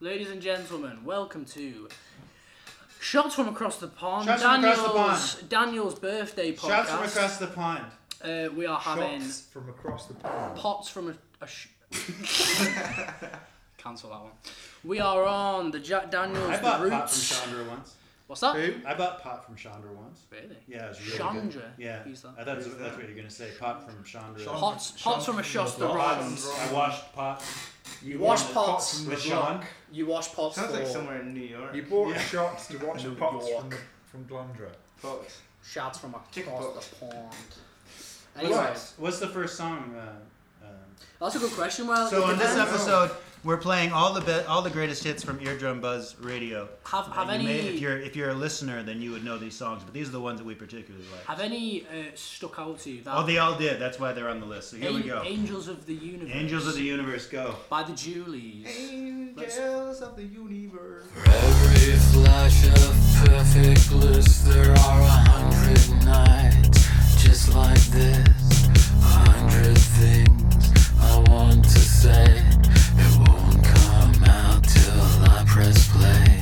Ladies and gentlemen, welcome to Shots from Across the Pond, Shots from Daniel's, across the Daniel's birthday podcast. Shouts from across the pond. uh, we are having Shots from across the pond. pots from a, a sh- cancel that one. We are on the Jack Daniel's I bought the pot from Roots. Chandra once. What's that? Who? I bought pot from Chandra once. Really? Yeah, it was really good. Chandra. Yeah, Who's that? I thought it was, Who's that's that? what you were gonna say. Pot from Chandra. Sean- Pots, pots from a shot Sean- Ronds. Sean- I washed pot. You Wash bought pots from the with Sean. block. You wash pots Sounds for like somewhere in New York. You bought Yeah. shots to watch New pots York. from, the, from Glondra. Fox. shots from Kick across box. the pond. Anyway, What's, what's the first song? Uh, um, That's a good question. Well, So it in this depends. episode, We're playing all the be- all the greatest hits from Eardrum Buzz Radio. have have And any you may- if you're if you're a listener, then you would know these songs, but these are the ones that we particularly like. have any uh, stuck out to you? That Oh, they all did. That's why they're on the list. So here we An- go. Angels of the Universe. Angels of the Universe, go. by the Julies. Angels of the universe. Every flash of perfect bliss, there are a hundred nights just like this. A hundred things I want to say, it won't come out till I press play.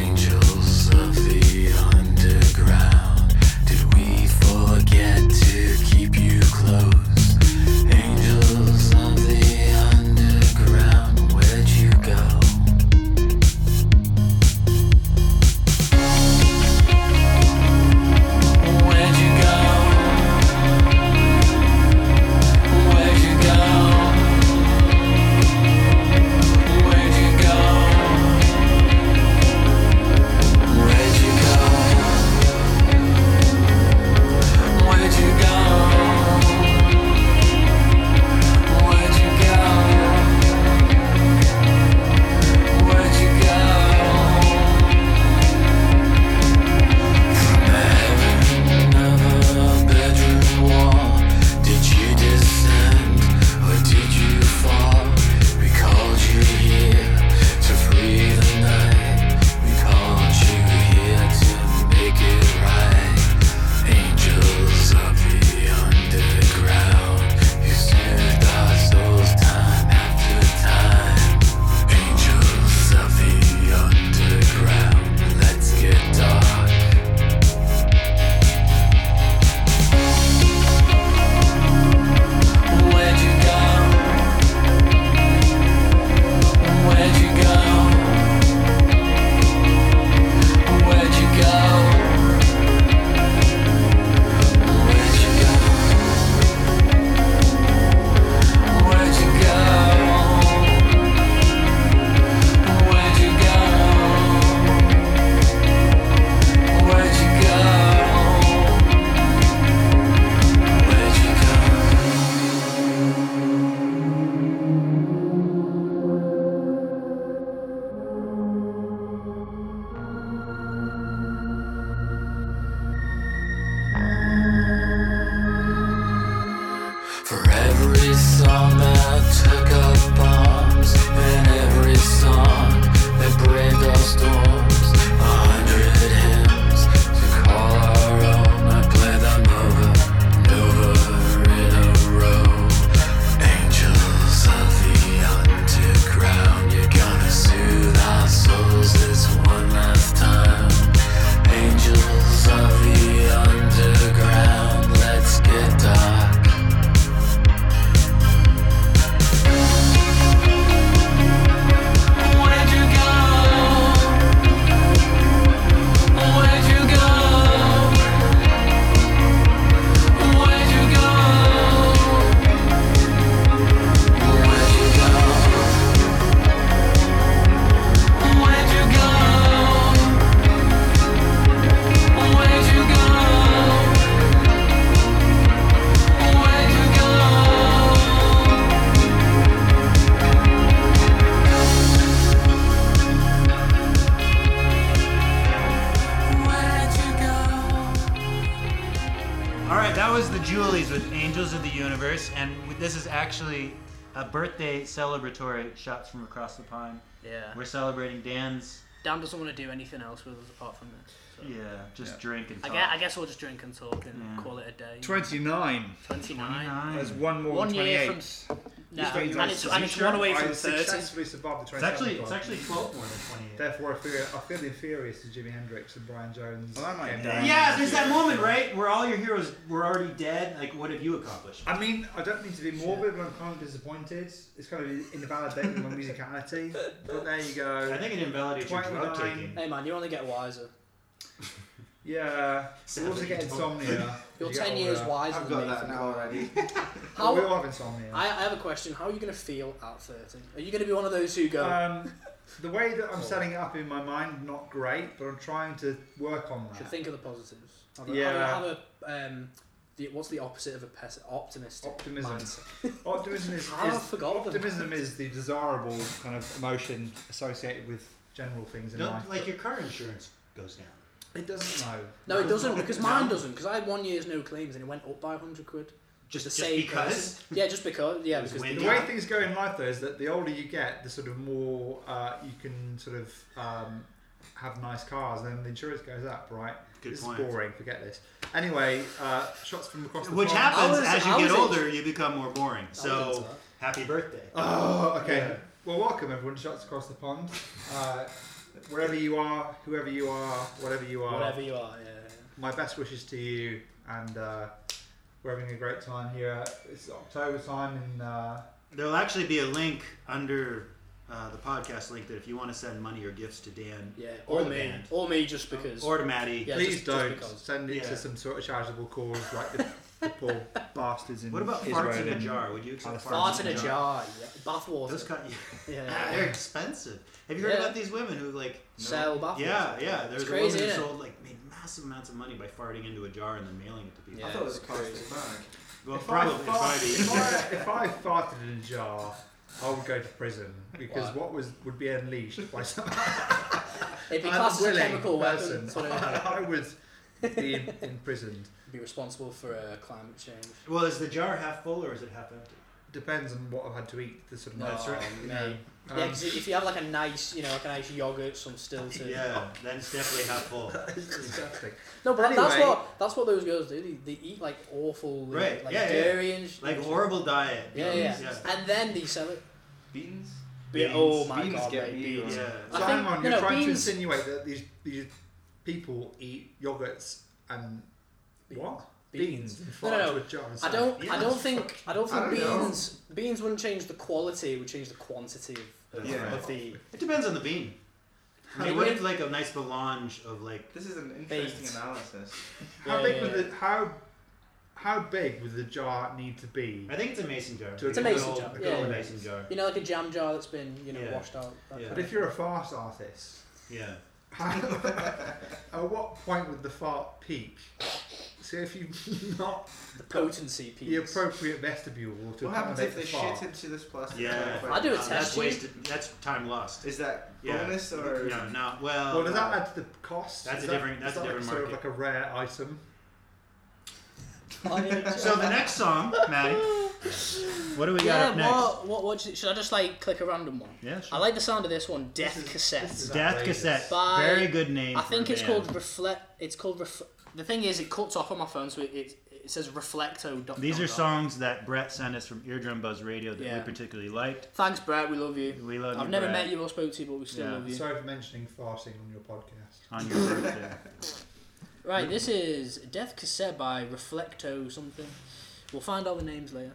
Angels of the underground, did we forget to keep you close? Angels of the underground, where'd you go? Where'd you go? Where'd you go? Where'd you go? Where'd you go? Where'd you go? Where'd you go? Where'd you go? From heaven another bedroom wall. Did you descend or did you fall? We called you here to free the night. We called you here to make it right. Angels of the underground, you soothed our souls time after time. Angels of the underground, let's get dark. Where'd you go? Where'd you go? Where'd you go? Where'd you go? Where'd you go? Where'd you go? Where'd you go? Where'd you go? For every song that took up bombs, and every song that braved our storms, a hundred hymns to call our own. I play them over and over in a row. Angels of the underground, you're gonna soothe our souls this one last time. Angels of the underground, let's get dark. Where'd you go? Where'd you go? Where'd you go? Where'd you go? Where'd you go? Where'd you go? Where'd you go? Where'd you go? All right, that was the Julies with Angels of the Universe, and this is actually a birthday celebratory shots from across the pond. Yeah. We're celebrating Dan's. Dan doesn't want to do anything else with us apart from this. So. Yeah, just Yeah. drink and I talk. guess, I guess we'll just drink and talk and Yeah. call it a day. 29. 29. Nine. There's one more One than year 28. from No, Which means I and it's, su- and it's one away I from 30. successfully survived the It's train. actually it's actually 12 more than Therefore, I feel, I feel inferior to Jimi Hendrix and Brian Jones. Well, I might and- die. 28. Yeah, there's that moment, right, where all your heroes were already dead. Like, what have you accomplished? I mean, I don't mean to be morbid, but I'm kind of disappointed. It's kind of invalidating my musicality. But there you I go. think it invalidates your drug 29. taking. Hey man, you only get wiser. Yeah. Sadly, You also get you don't. insomnia. You're You get ten years older. wiser I've than got me. that from now now. already. But We How? all have insomnia. I, I have a question. How are you going to feel at thirty? Are you going to be one of those who go? um, the way that I'm setting it up in my mind, not great, but I'm trying to work on should that. think of the positives. Have a, Yeah. Have a, have a um, the, what's the opposite of a pes- optimistic? Optimism. mindset? Optimism is, Ah, I is forgot them. optimism is the desirable kind of emotion associated with general things in life. Don't, like your car insurance goes down. It doesn't know. No, it doesn't because mine doesn't because I had one year's no claims and it went up by hundred quid. Just, the just same because. Yeah, just because. Yeah, It was because the windy. The way things go in life, though, is that the older you get, the sort of more uh, you can sort of um, have nice cars, and then the insurance goes up, right? Good this point. is boring. Forget this. Anyway, uh, shots from across the Which pond. happens I was- as I you get was in- older, you become more boring. into So that. happy birthday. Oh, okay. Yeah. Well, welcome everyone. to Shots across the pond. Uh, wherever you are, whoever you are, whatever you are, whatever you are. Yeah. my best wishes to you, and uh, we're having a great time here. It's October time, and uh, There'll actually be a link under uh, the podcast link that if you want to send money or gifts to Dan Yeah, Or or, the me, band. or me, just because. or to Maddie, Yeah, please just- just don't because. send it Yeah. to some sort of charitable cause like the, the poor bastards in what about Israel farts in a and- jar? Would you accept fart in a jar. Yeah. Bath water. Those kind, yeah. they're expensive. Have you heard Yeah. about these women who like? Sell bath water. Yeah, yeah. There's It's a woman crazy, who isn't it? sold like made massive amounts of money by farting into a jar and then mailing it to people. I Yeah, thought it was it's plastic bag. Well, If I probably fart- probably. if, I, if I farted in a jar, I would go to prison because Why? what was would be unleashed by some It'd be classed as a unwilling chemical person, weapon. So it'd I would be in- imprisoned. be responsible for uh, climate change. Well, is the jar half full or is it half empty? Depends on what I've had to eat. The sort of No, nature of it, you know. mate. Um, yeah, because if you have like a nice, you know, like a nice yogurt, some Stilton. Yeah, then it's definitely half full. it's disgusting. No, but that's Anyway. what that's what those girls do. They, they eat like awful, like, Right, like yeah, yeah. dairy and sh- Like horrible diet. Yeah, yeah, beans, And then they sell it. Beans? Be- oh my Beans god, get mate, me, yeah. beans. right. yeah. So I hang think, on, you you're know, trying beans- to insinuate that these these people eat yogurts and what Beans. beans? and No, no, fart no. into a jar and I stuff. don't. I Yeah. don't think. I don't think I don't know. beans. Beans wouldn't change the quality. It would change the quantity of, of, Yeah. of the. It depends on the bean. I mean, How what big- if like a nice melange of like This is an interesting Beans. analysis. How Yeah, big yeah, would yeah. the how how big would the jar need to be? I think it's a mason jar. To a It's a good mason old- jar, a good yeah. old mason jar. You know, like a jam jar that's been you know Yeah. washed out. that Yeah. kind But of- if you're a fart artist, Yeah. how, at what point would the fart peak? So if you've not the potency piece. the appropriate vestibule to What happens if accommodate they the fart, shit into this plastic Yeah. bag? I do a Uh, test that's tube. wasted. That's time lost. Is that Yeah. bonus or No, no. Well, well, does that add to the cost? That's Is a that- different- is that's a that like different sort of like market. a rare item. So the next song, Maddie. What do we got yeah, up next? what, what, what, should I just like click a random one? yeah, I sure. like the sound of this one, Death Cassette. is Death outrageous. Cassette. By- Very good name. I for think a it's band. called reflect. It's called ref. The thing is, it cuts off on my phone, so it it, it says reflecto. dot- These dot- are dot. songs that Brett sent us from Eardrum Buzz Radio that we Yeah. particularly liked. Thanks, Brett. We love you. We love I've you, never Brett, met you or spoke to you, but we still Yeah. love you. Sorry for mentioning farting on your podcast. on your birthday. Right, this is Death Cassette by Reflecto something. We'll find out the names later.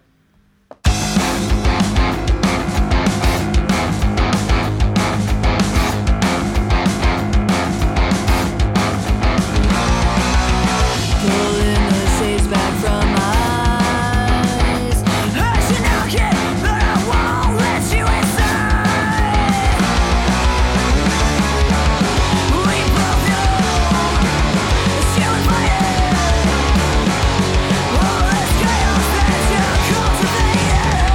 Pulling the shades back from my eyes. Hush, you know, kid, but I won't let you inside. We both know it's you and fire. All this chaos that you call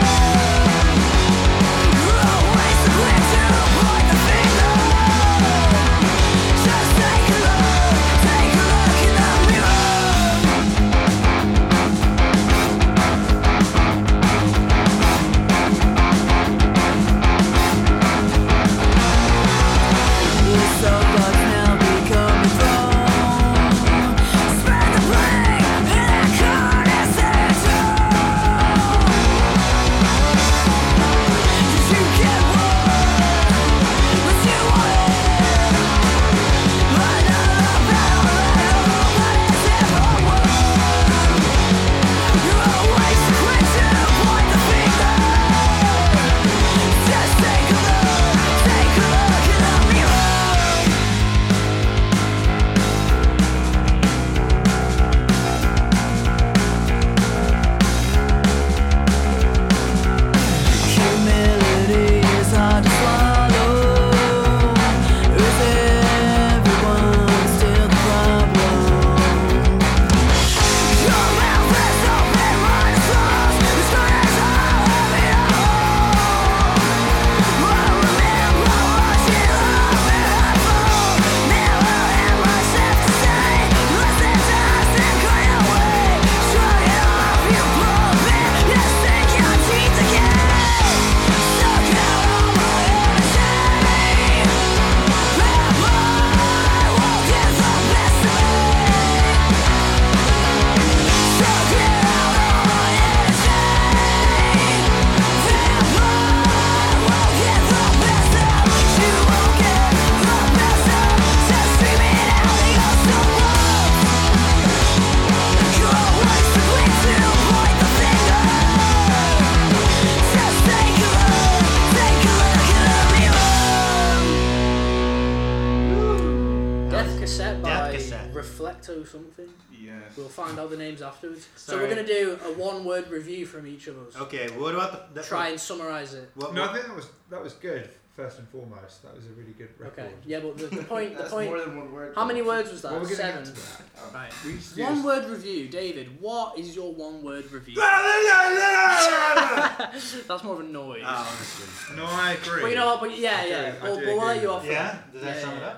Reflecto something. Yes. We'll find out the names afterwards. So Sorry. we're gonna do a one-word review from each of us. Okay, what about the. the Try and summarize it. What, No, I what- think that was that was good. First and foremost, that was a really good record. Okay. Yeah, but the, the point. the That's point. more than one word. How many words was that? Well, we're going Seven. to get to that. Right. We used to One use- word review, David. What is your one word review? Ah! That's more of a noise. Oh, that's good. No, I agree. But you know what? But yeah, I yeah. do- I We'll, do we'll let agree you with off. that. Yeah? Does that Yeah, sum it yeah. up?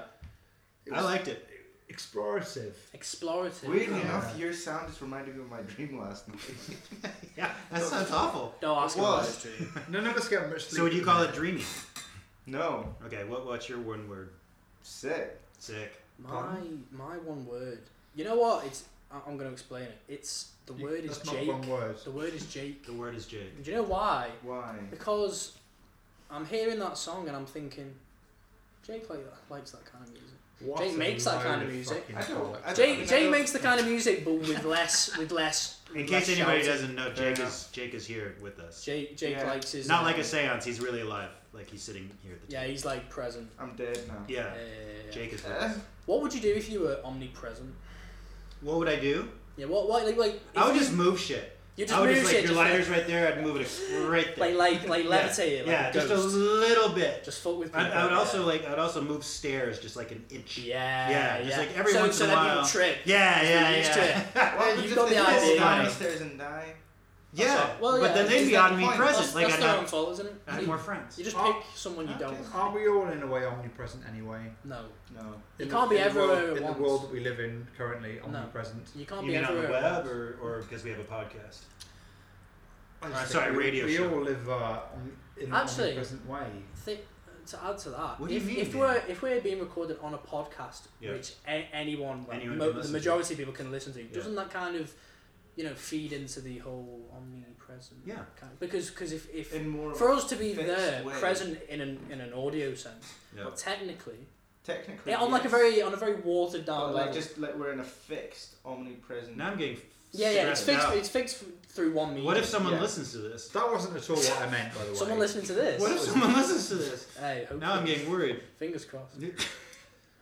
It I was- liked it. Explorative. Explorative. Weirdly Yeah. enough, your sound just reminded me of my dream last night. Yeah, that sounds awful. No, ask It him about was. it. None of us get much sleep. So would you call it dreamy? No, Okay, what, what's your one word? sick. Sick. My my one word. You know what? It's I- I'm gonna explain it. It's the You- word is that's Jake. Not one word. The word is Jake. The word is Jake. Do you know why? Why? Because I'm hearing that song and I'm thinking, Jake like that, likes that kind of music. What Jake a makes that load kind of of music. fucking I don't- bollocks. I don't- Jake mean, Jake don't- makes the kind of music, but with less with less. In with case less anybody shouting. doesn't know, Jake is Jake is here with us. Jake Jake Yeah. likes his. Not uh, like a séance. He's really alive. Like he's sitting here at the Yeah, table. he's like present. I'm dead now. Yeah. Yeah, yeah, yeah, yeah. Jake is with Eh? us. What would you do if you were omnipresent? What would I do? Yeah, what what like like? if I would you- just move shit. you I would just like shit, your just lighter's right there. I'd move it right there. like like like yeah. levitate it. Like yeah, a just a ghost. little bit. Just fuck with people. I, I would yeah. also like. I would also move stairs just like an inch. Yeah. Yeah, just like every so, once so in a that while. people trip. Yeah, yeah, used to yeah. it. What happens you've if got they the fall idea. down these stairs and die? yeah. Well, but yeah, then is they'd be that on the me point? present. That's, like that's I'd their have, own fault, isn't it? I'd have You- more friends. You just Oh, pick someone you okay. don't. Aren't we all in a way omnipresent anyway? No, No. You In can't the- be in the world- everywhere at in once. the world that we live in currently, No. omnipresent. you can't You mean be on the everywhere. web or or because we have a podcast? I Or, just sorry, think we, radio We show. all live uh, on, in Actually- an omnipresent way. Thi- to add to that, What do you if, mean, if man? we're if we're being recorded on a podcast, Yeah. which a- anyone, well, Anyone mo- can the listen to. majority of people can listen to, doesn't that kind of, you know, feed into the whole omnipresent? Yeah. Kind of, because because if, if In more for us to be fixed there, way. present in an in an audio sense, but technically, technically. yeah, on like a yes. very on a very watered But, down like level. just like we're in a fixed omnipresent. Now I'm getting yeah, yeah, it's stressed fixed. out. It's fixed through one medium. What if someone Yeah. listens to this? That wasn't at all what I meant, by the way. someone listening to this? What if someone listens to this? Hey, hopefully, Now I'm getting worried. fingers crossed.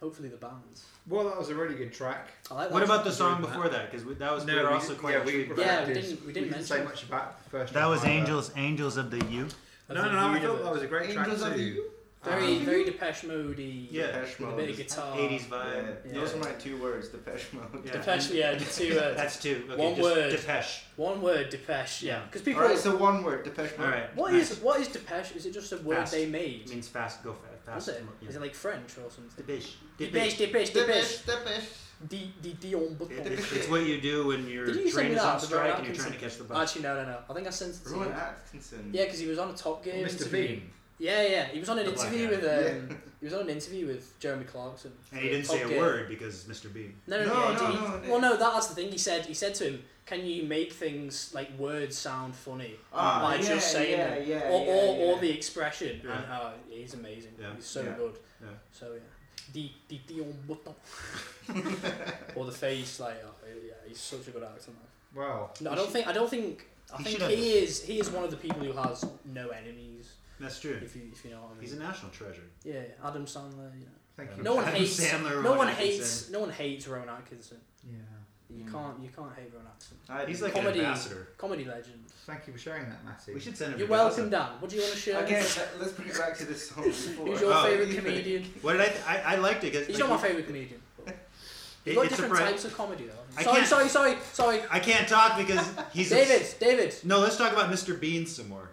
Hopefully the bands. Well, that was a really good track. I like that. What about the Doing song that. before that? Because that was we we were also didn't- quite yeah, we, uh, intrigued. by Yeah, that. we didn't- we didn't say mention- much about the first. That was track either. Angels, Angels of the U. No, no, no I thought that was a great Angels track of the too. Very, Um, very Depeche Modey. Yeah. Depeche With a Mode. bit of guitar. 80s Yeah, vibe. Yeah. Those are my two words. Depeche Mode. Yeah. Depeche, yeah, two words. That's two. Okay, One just word. Depeche. One word, Depeche, yeah. Because people, All right, so one word. Depeche All Mode. right. what nice. is what is Depeche? Is it just a word Fast. they It made? means fast. Go fa- fast. Is it? Yeah. Is it like French or something? Depeche. Depeche, Depeche, Depeche. Depeche. Depeche. D D Dion Button. It's, it's what you do when your Did you send train me is that on at the strike Rowan and you're trying to Atkinson? catch the bus. Actually, no, no, no. I think I sent it to Rowan you. Atkinson. Yeah, because he was on a Oh, Top Gear Mr. interview. Bean. Yeah, yeah. He was on an The black interview guy. with um, he was on an interview with Jeremy Clarkson. And he didn't Top say a Gear. word because Mr. Bean. No, no, no. No, no, he- no, it well, no, that- that's the thing. He said he said to him, "Can you make things like words sound funny Ah, by yeah, just saying yeah, them, yeah, or, yeah, or, or yeah. the expression?" Yeah. And uh, he's amazing. Yeah. He's so Yeah. good. Yeah. So yeah, the oh, the Dion Button or the face like oh, yeah, he's such a good actor. Man. Wow. No, I don't think I don't think I he think should he is he is one of the people who has no enemies. That's true. If you if you know what I mean. He's a national treasure. yeah, Adam Sandler. You know. Thank Yeah. you. No one Adam hates. Sandler, no Rowan one Atkinson. hates. No one hates Rowan Atkinson. Yeah. You Mm. can't. You can't hate Rowan Atkinson. I He's do. like Comedy. an ambassador. Comedy legend. Thank you for sharing that, Matty. We should send him. You're to Gaza. welcome, Dan. What do you want to share? Again, let- let's bring it back to this song before. Who's your Oh. favourite comedian? What did I? Th- I, I liked it because He's not my favourite comedian. You've got different types of comedy, though. I Sorry, can't- sorry, sorry, sorry. I can't talk because he's David, David. No, let's talk about Mr. Bean some more.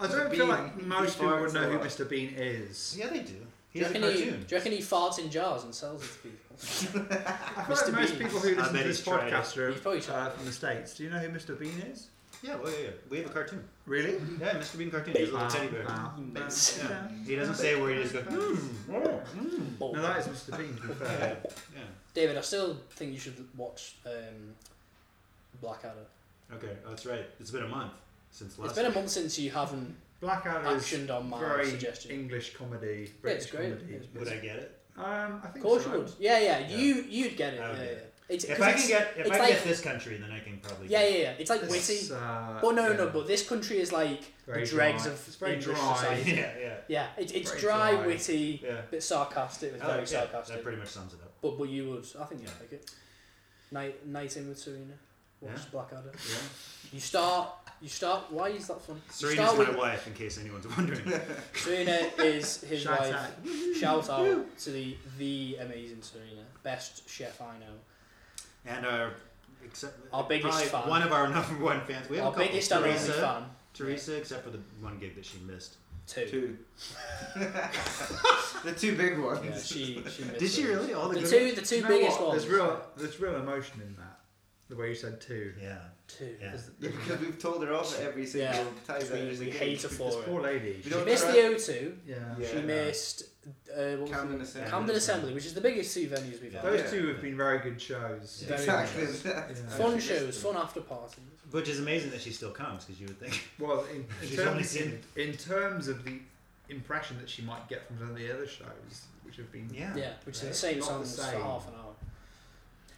I don't Mr. feel Bean, like he most people farts would a know who lot. Mr. Bean is. Yeah, they do. Do you, He's a reckon he, do cartoon. you reckon he farts in jars and sells it to people? I feel like Mr. most Bean. people who listen bet to this he's tried it. podcast are He's probably tried uh, it. from the States. Do you know who Mr. Bean is? Yeah, well, yeah, yeah. We have a cartoon. Really? Yeah, Mr. Bean cartoon. He's a little Uh, teddy bear. uh, Beans. Yeah. He doesn't say a word. He just goes. "Hmm, oh, hmm." Oh. No, that is Mr. Bean, to be Yeah, fair. yeah. David, I still think you should watch um, Blackadder. Okay, oh, that's right. It's been a month since last. It's been a month since you haven't Blackadder is actioned on my very suggestion. English comedy, Yeah, it's British great. comedy. It's Would I get it? Um, I think Of course so. you would. Yeah, yeah. Yeah. You, you'd get it. I would yeah, get yeah. it. It's, If 'cause I it's- can get if it's I can like, get this country, then I can probably. Yeah, get- yeah, yeah. It's like It's, witty. uh, Well, no, yeah. no, but this country is like Very the dregs dry. of It's very English dry. society. yeah, yeah, Yeah, it, it's Very dry, dry. witty, yeah. bit sarcastic. It's Oh, very yeah, sarcastic. That pretty much sums it up. But but you would, I think you'd Yeah. like it. Night night in with Serena. Watch Yeah. Blackadder. Yeah. You start. You start. Why is that fun? you Serena's start my with wife, in case anyone's wondering. Serena is his Shout wife. out. Shout out to the the amazing Serena, best chef I know. and our except Our biggest probably fan. one of our number one fans. We have Our a couple. biggest and only Teresa, fan. Teresa, except for the one gig that she missed. Two. Two. the two big ones. Yeah, she, she missed Did she Serena. really? All the, The good two, the two You know biggest what? ones. There's real, there's real emotion in that. The way you said two. Yeah, Two. yeah. There's- Yeah, because we've told her off every single Yeah. time that We, there's a we game. hate her for This it. poor lady. You she- know- She missed the O2. yeah. Yeah. She missed uh, what was Camden it? Assembly. Camden Assembly, which is the biggest two venues we've Yeah. had. Those Yeah. two have been very good shows. Yeah. Exactly. Yeah. Fun shows, fun after parties. Which is amazing that she still comes because you would think. Well, in, in, She's only terms, in, seen- in terms of the impression that she might get from some of the other shows, which have been Yeah. Yeah, which is Right. the same Not the songs for same. half an hour.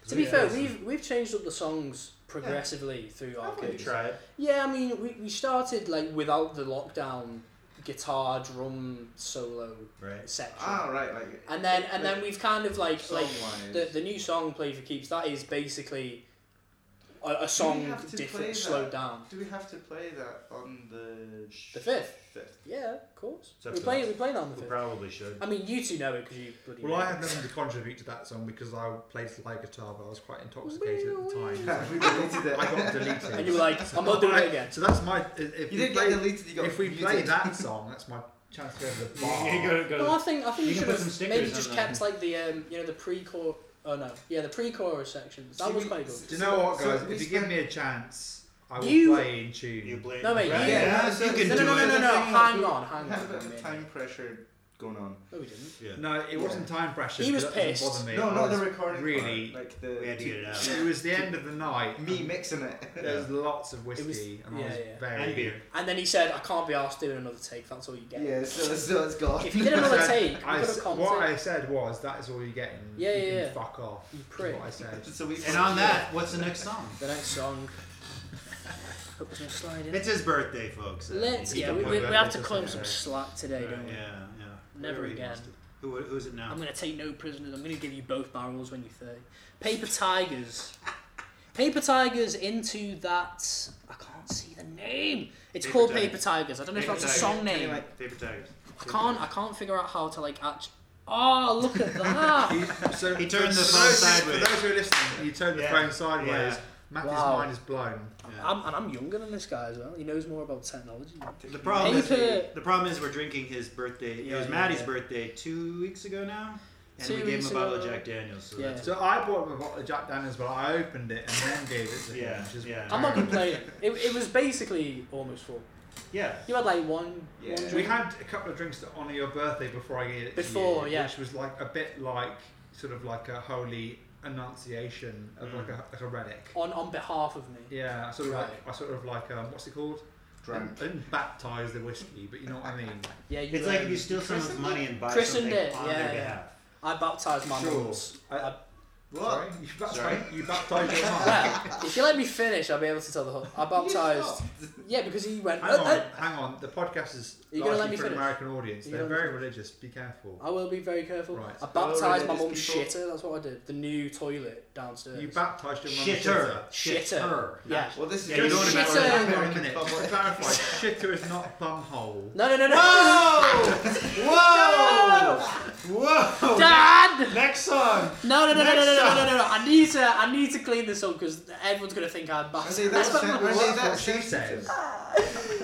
To So be yeah, fair, it's- we've we've changed up the songs progressively through I our would gigs. try it. Yeah, I mean, we, we started like without the lockdown guitar drum solo Right. section, Ah, right. Like, and then and then we've kind of like like song-wise. the the new song "Play for Keeps" that is basically a, a song have to play different, slowed that? down. Do we have to play that on the The fifth, fifth? yeah, of course. It's up we to play us. we play that on the We fifth. probably should. I mean, you two know it because you bloody. Well, know I it. had nothing to contribute to that song because I played slide guitar, but I was quite intoxicated at the time. Yeah, so we deleted it. I got And you were deleted. like, I'm not doing it again. So that's my. If we you didn't play, get deleted. You got if we muted. play that song, that's my chance to go to the bar. You go- go- No, I think I think You can you, should put some have stickers maybe on just that. kept like the um, you know the pre-chorus. Oh no, yeah, the pre-chorus sections. That See, was we- quite good. Do you know what, So guys? we if you give spent- me a chance, I will You- play in tune. You blame. No, mate, Right. you- Yeah, so- you can no, do no, no, it. no, no, no. Hang on, We hang had a on. bit a of a minute. time pressure going on. No, we didn't. Yeah. No, it wasn't time pressure. He was but that doesn't pissed. Bother me. No, I not the was- recording really- part. Like the We had to get it out. It was the end of the night. me mixing it. There was lots of whiskey, and I yeah, was yeah. very. And beer. And then he said, "I can't be asked doing another take. That's all you get." Yeah, so, so it's gone. If you did another I said- take, you could I have s- what I commented. said was, that is all you're getting. Yeah, you yeah, can yeah. Fuck off. You is prick. What I said. so we And on that, what's the next song? The next song. Hope there's no sliding. It's his birthday, folks. Uh, Let's. he Yeah, can we, put we, that we have in to his claim birthday. some slack today, Right, don't we? Yeah, yeah. Never Whoever he again. wants to- Who, who is it now? I'm gonna take no prisoners. I'm gonna give you both barrels when you're 30. Paper Tigers. Paper Tigers into that. I can't see the name. It's Paper called Tigers. Paper Tigers. I don't know Paper if that's Tigers. a song name. Anyway. Paper Tigers. I can't. I can't figure out how to like act. Oh, look at that! So He turned the for phone those, sideways. For those who are listening, you turned the Yeah. phone sideways. Yeah. Matthew's Wow. mind is blown. Yeah. I'm, and I'm younger than this guy as well. He knows more about technology. The problem is, Paper- the problem is we're drinking his birthday. it Yeah, was yeah, Maddie's yeah. birthday two weeks ago now, and Two we gave him weeks a bottle of ago. Jack Daniels. So Yeah. that's So I bought him a bottle of Jack Daniels, but I opened it and then gave it to him. Yeah, which is yeah. I'm not terrible. complaining. It, it was basically almost full. yeah. You had like one. Yeah. one drink. We had a couple of drinks to honour your birthday before I gave it Before, to you, yeah. which was like a bit like sort of like a holy annunciation of like, a, Mm. like a relic. on on behalf of me. Yeah, I sort of Right. like I sort of like um, what's it called? Drank. I didn't baptise the whiskey, but you know what I mean. Yeah, you, It's like um, if you steal someone's money and buy Christened something it, on yeah, their yeah. behalf. I baptized my Sure. mums. I- I- Sorry, you baptised, Sorry? You baptised your mum. well, if you let me finish, I'll be able to tell the whole. I baptized. Yeah, because he went. Hang "Uh, on, uh." hang on. The podcast is Are you gonna largely for let me an finish? American audience. Are you They're gonna let very religious. Be careful. I will be very careful. Right. I baptized my Alright, mum's people. shitter. That's what I did. The new toilet downstairs. You baptised your mum. with Shitter. Shitter. yeah. Well, this is Yeah, you don't wanna Just mess for with the Hang on a American minute. public. To clarify, shitter is not bumhole. No, no, no, no. Whoa! Whoa! Dad! Next song. No, no, no, no, no, no, Next no, song. no, no, no. I need to, I need to clean this up because everyone's gonna think I'm bad. Andy, that's Well, Andy, that's what that's she says.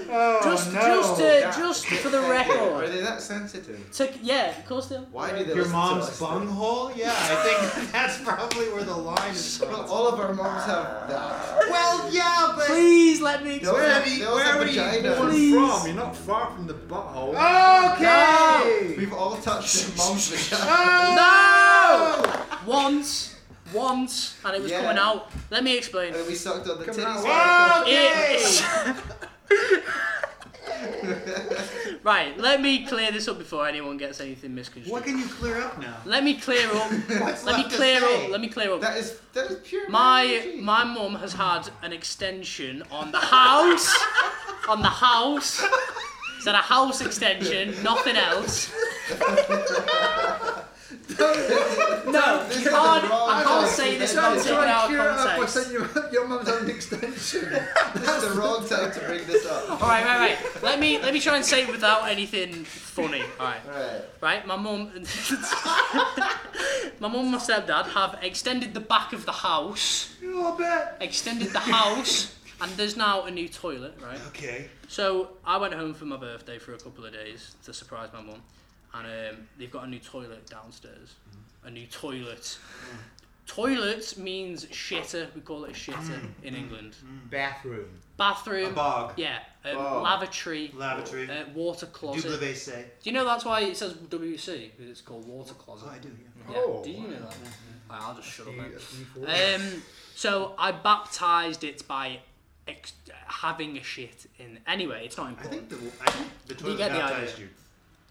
Oh, just, no. just, Yeah. to, just for the Are record. they that sensitive? To, yeah, of course they are. Why do they Your listen mom's to us? bunghole? Yeah, I think that's probably where the line is Well, from. all of our moms have that. Well, yeah, but. Please let me They all explain. have, Where they all have were you vaginas. born Please. from? You're not far from the butthole. Okay! We've all touched their mom's vagina. No! Once, once, and it was Yeah. coming out. Let me explain. And we sucked on the Come titties. on. while Okay! It's- Right, let me clear this up before anyone gets anything misconstrued. What can you clear up now? Let me clear up. What's let me left to clear say? up. Let me clear up. That is that is pure. My mythology. my mum has had an extension on the house. on the house. Is that a house extension? Nothing else. no, This is you can't- the wrong I time can't say to this bring not this taken up. out of Cure it up by context. saying your, your mum's own extension. This is the wrong time to bring this up. All right, right, right. Let me let me try and say it without anything funny. All right, Right. right. My mum, my mum and my stepdad have extended the back of the house, You all bet. extended the house, and there's now a new toilet. Right. Okay. So I went home for my birthday for a couple of days to surprise my mum, and um, they've got a new toilet downstairs. A new toilet. Toilet means shitter. We call it a shitter in England. Bathroom. A Bathroom. bog. yeah. Um, Bog. Lavatory. Lavatory. Uh, water closet. Do they say? Do you know that's why it says WC? Because it's called water closet. Oh, I do. Yeah. Yeah. Oh, do you know that? Alright, I'll just shut up then. That's new for us. Um, so I baptised it by ex- having a shit in. Anyway, it's not I think important. the I think the toilet get the baptized idea. you.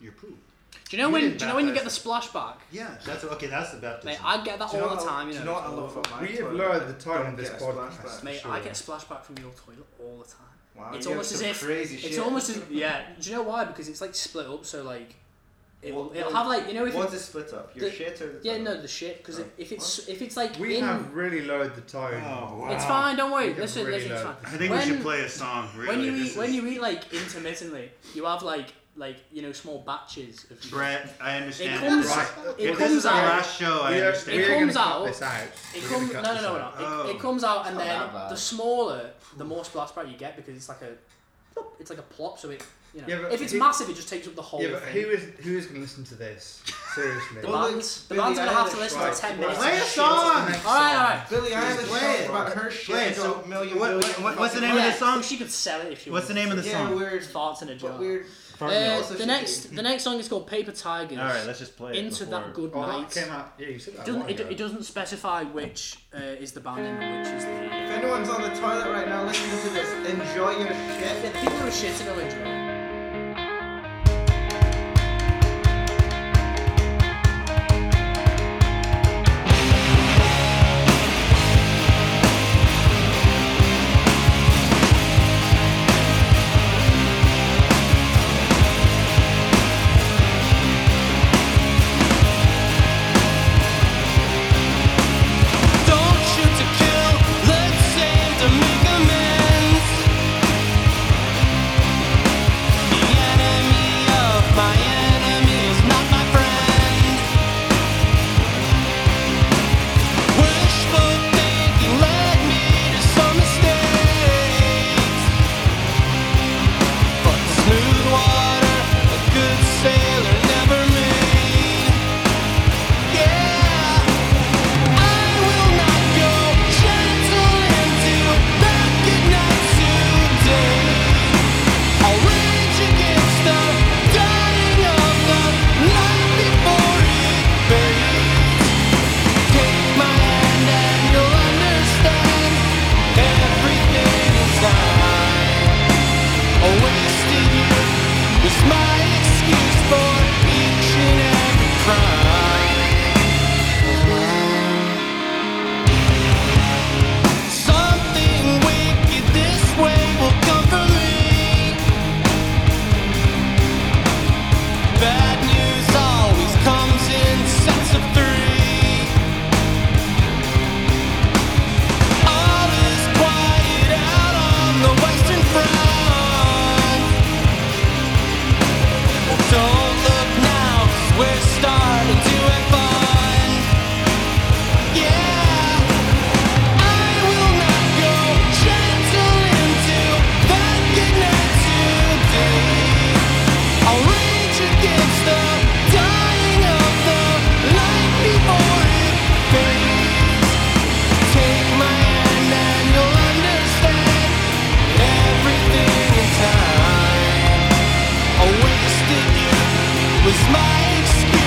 Your poop. Do you know You when? didn't Do you know when you get the baptise splash back? Yeah, that's okay. That's the baptism. Mate, I get that Do you all know the what- time. You know, do you know what I love about my We have toilet? lowered the tone Don't of this get a splash podcast. back. mate, for I sure. get splash back from your toilet all the time. Wow, it's you almost have as some if crazy it's shit. almost as yeah. Do you know why? Because it's like split up. So like, it'll, What- it'll what- have like you know if What's it, it split up? Your the- shit or the yeah toilet? no the shit because if it's if it's like We in have really lowered the tone. Oh, wow. it's fine. Don't worry. We have Listen, really listen, it's lowered fine. I think we should play a song. Really, when you This eat is- when you eat like intermittently, you have like like you know small batches of shit. Brett, I understand. It comes- Right. it If this comes is our out- last show. I We are, understand. we are It gonna comes cut out- This out. It We're gonna comes no cut no this no out. no. Oh. It, it comes out and not then that bad. the smaller, the more splash back you get because it's like a, plop, it's like a plop. So it, you know, Yeah, but if it's who- massive, it just takes up the whole Yeah, but thing. who is who is going to listen to this? Seriously. the Well, look, band's, the Billie band's gonna have to Eilish listen tried to to ten play minutes. Play a of shit. song. All right, all right. Billie Eilish play talked it. about her shit. Play it. got So, million, what- billion what- what's the fucking- name of Yeah, this song? She could sell it if she What's the wanted name of the Yeah, song? weird. Thoughts in a jar. What weird? Uh, Also the should next, the next song is called Paper Tigers. All right, let's just play it. Into that before- good Oh, that night. came out. Yeah, you said that. a doesn't while it, ago. it doesn't specify which uh, is the band and which is the. If anyone's on the toilet right now listening to this, enjoy your Yeah, shit. the people who are shitting will enjoy. it. Don't shoot to kill, let's save to make amends. The enemy of my enemy is not my friend. Wishful thinking led me to some mistakes. But the smooth water, a good sailor never made. Yeah. I will not go gentle into that good night today. I'll rage against the dying of the light before it fades. Take my hand and you'll understand everything is fine. A wasted youth is my excuse for each and every crime. Something wicked this way will come from me. Bad news always comes in sets of three. All is quiet out on the western front. Well, don't look now, we we're starting to have fun. Yeah. I will not go gentle into that good night today. I'll rage against the dying of the light before it fades. Take my hand and you'll understand everything in time. A wasted youth was my excuse.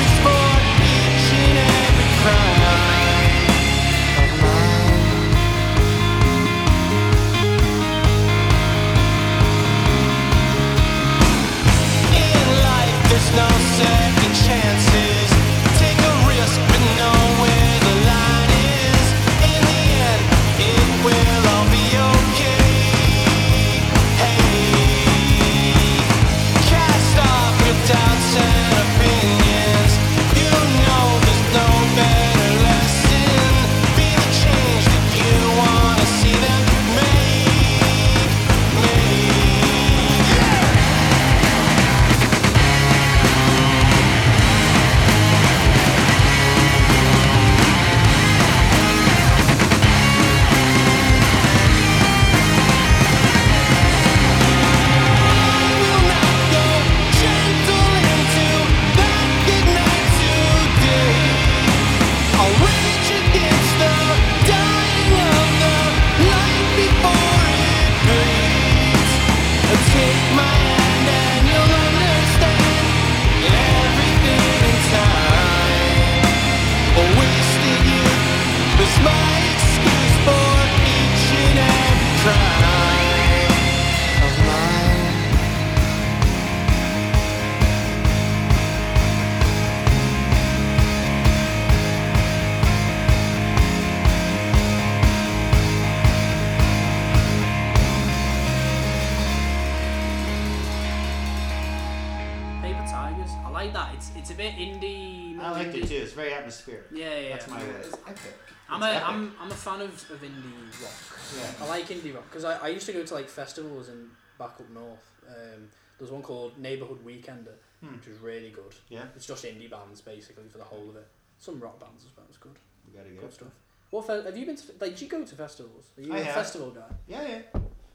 it's a bit indie. I not liked indie. it too. It's very atmospheric. Yeah, yeah. That's my word. It's epic. I'm a, it's epic. I'm, I'm a fan of, of indie rock. Yeah. I like indie rock because I, I used to go to like festivals in back up north. Um, there's one called Neighborhood Weekender, Hmm. which is really good. Yeah. It's just indie bands basically for the whole of it. Some rock bands as well. It's good. We gotta get Good up. stuff. What fe- have you been to? Like, do you go to festivals? Are you I a have. festival guy? Yeah, yeah.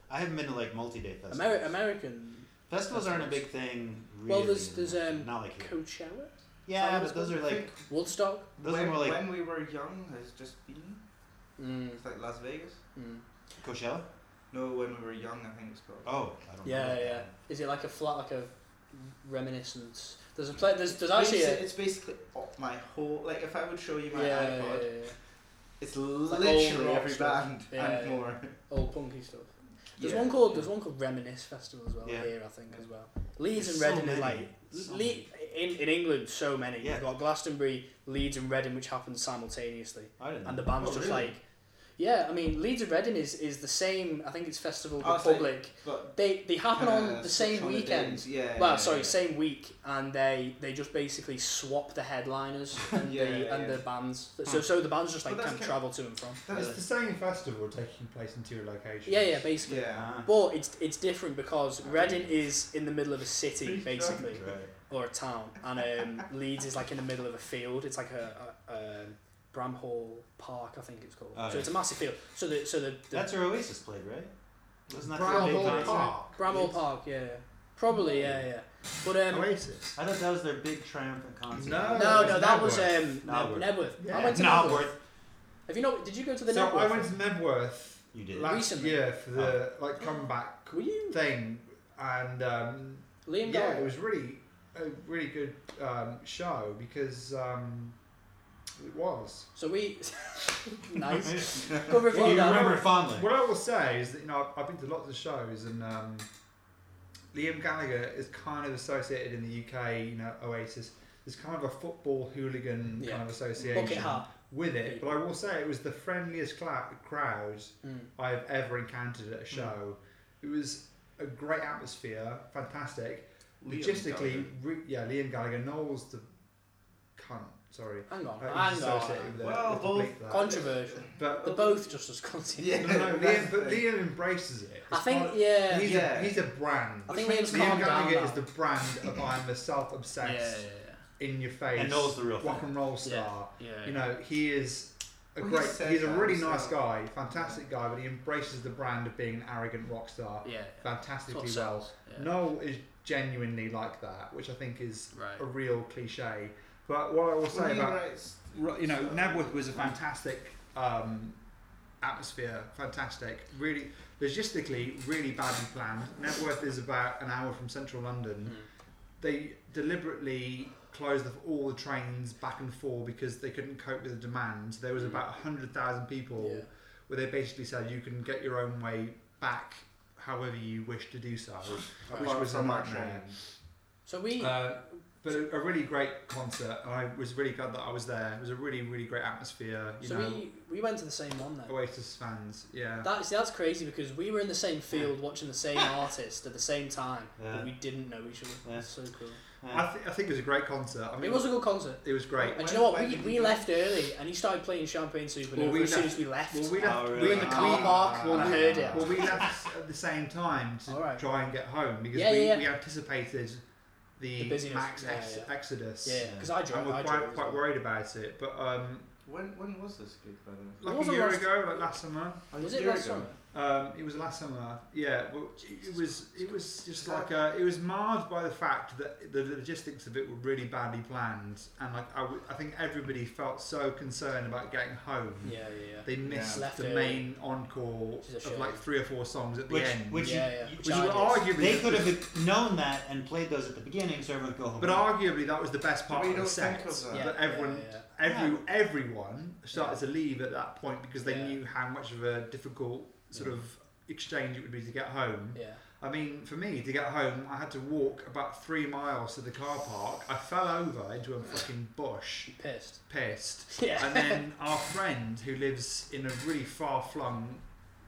I haven't been to like multi-day festivals. Ameri- American festivals aren't a big thing. Really, Well, there's- there's, anymore. um, not like here. Coachella, Yeah, that but what it's those are I like think Woodstock. those when, are more like when we were young has just been. Mm, It's like Las Vegas. mm. Coachella. No, when we were young, I think it's called. Oh, I don't know. Yeah, about yeah. that. Is it like a flat, like a reminiscence? There's a play. There's, there's It's actually basi- a. It's basically all- my whole. Like, if I would show you Yeah, my yeah, iPod, yeah, yeah. it's old literally rock every stuff. band Yeah, and yeah. more. old punky stuff. There's Yeah. one called there's one called Reminisce Festival as well Yeah. here I think as well. Leeds There's and so Reading are many. like So Le- many. in, in England so many. Yeah. You've got Glastonbury, Leeds and Reading which happen simultaneously. I didn't. And the know. band's Oh, just really? like Yeah, I mean Leeds and Reading is, is the same I think it's Festival Oh, it's like- Republic. But they they happen uh, on the switch same on the weekend. days. Yeah. well, yeah, sorry, yeah. same week, and they they just basically swap the headliners and Yeah, the yeah, and yeah. the bands. So so the bands just But like that's can kind- travel to and from. That's It's the same festival taking place in two locations. Yeah, yeah, basically. yeah. Ah, But it's it's different because Reading is in the middle of a city basically, right. or a town, and um, Leeds is like in the middle of a field. It's like a, a, a Bramhall Park, I think it's called. Oh, so yeah. it's a massive field. So the so the, the That's where Oasis played, right? Wasn't that their Brown big Hall concert? Park. Bramhall Park, yeah, yeah. probably, yeah, yeah. But um, Oasis. I thought that was their big triumphant concert. Oh, No. no, it's no, that was Knebworth. um, Knebworth. Neb- Nebworth. Yeah. I went to Not Nebworth. worth. Have you not? Did you go to the so Nebworth? I went to Nebworth You did. last Recently? year for the like comeback Were you thing, and um, Liam? yeah, Gallagher? it was really a really good um, show because um, it was. So we nice. Well, Good review. you you that. remember it fondly. What I will say is that you know I've, I've been to lots of shows and um, Liam Gallagher is kind of associated in the UK, you know, Oasis. There's kind of a football hooligan Yeah. kind of Bucket association hat. with it, but I will say it was the friendliest cla crowd Mm. I've ever encountered at a show. It was a great atmosphere, fantastic. Liam Logistically, Gallagher. re- yeah, Liam Gallagher, Noel's the cunt. Sorry, Hang on, Uh, hang he's associated on. with the- Well, with the both bleep there. Controversial. but They're both just as content. Yeah. no, no, that's Liam, the but thing. Liam embraces it. I It's think part- yeah. he's, Yeah. A, he's a brand. I think Which Liam's Liam calmed down. Gallagher now. is the brand of I'm a yeah, yeah, self-obsessed, in your face, And Noel's the real rock thing. and roll star. yeah. yeah. You know, he is a Well, he great. said he's a that really himself. nice guy, fantastic guy, but he embraces the brand of being an arrogant rock star yeah. That's what fantastically well. sells. Yeah. Noel is genuinely like that, which I think is Right. a real cliche. But what I will say Well, he about writes- Ru- you know, So- Nebworth was a fantastic um, atmosphere, fantastic. Really, logistically, really badly planned. Nebworth is about an hour from central London. Hmm. They deliberately closed off all the trains back and forth because they couldn't cope with the demand. There Hmm. was about 100,000 people Yeah. where they basically said you can get your own way back however you wish to do so, which Apart was a from our nightmare. train. So we Uh, but a, a really great concert, and I was really glad that I was there. It was a really, really great atmosphere. You so know, we we went to the same one then. Oasis fans, yeah. That's that's crazy because we were in the same field watching the same artist at the same time, Yeah. but we didn't know each other. Yeah. That's so cool. I, th- I think it was a great concert. I mean, It was a good concert. it was great. And do When- you know what? when We, did we you- left early, and he started playing Champagne Supernova Well, we as soon left- as we left. Well, we left. Oh, we, Ah. really? in the car we- park, Well, and I we, heard it. well, we left at the same time to All right. try and get home because Yeah, we, yeah, yeah. we anticipated the, The busyness, Max yeah, ex- yeah. exodus. yeah, because I drove. And we're I quite, drove as quite well. worried about it, but um, When when was this gig, by the way? like a wasn't year last- ago, like last summer, Oh, Was A it year last ago. summer? Um, it was last summer. Yeah, well, it was. It was just like uh it was marred by the fact that the logistics of it were really badly planned, and like I, w- I think everybody felt so concerned about getting home. Yeah, yeah, yeah. They missed Left the early. main encore Which is a of shame. like three or four songs at the Which, end, which Yeah, you, yeah. you- which was Charges. arguably they could have known that and played those at the beginning, so everyone would go home. But arguably, that was the best part We of the don't set. think of that. Yeah, everyone, yeah, every everyone started to leave at that point because they Yeah. knew how much of a difficult sort of exchange it would be to get home. Yeah. I mean, for me to get home, I had to walk about three miles to the car park. I fell over into a fucking bush, Pissed. pissed. Yeah. And then our friend, who lives in a really far flung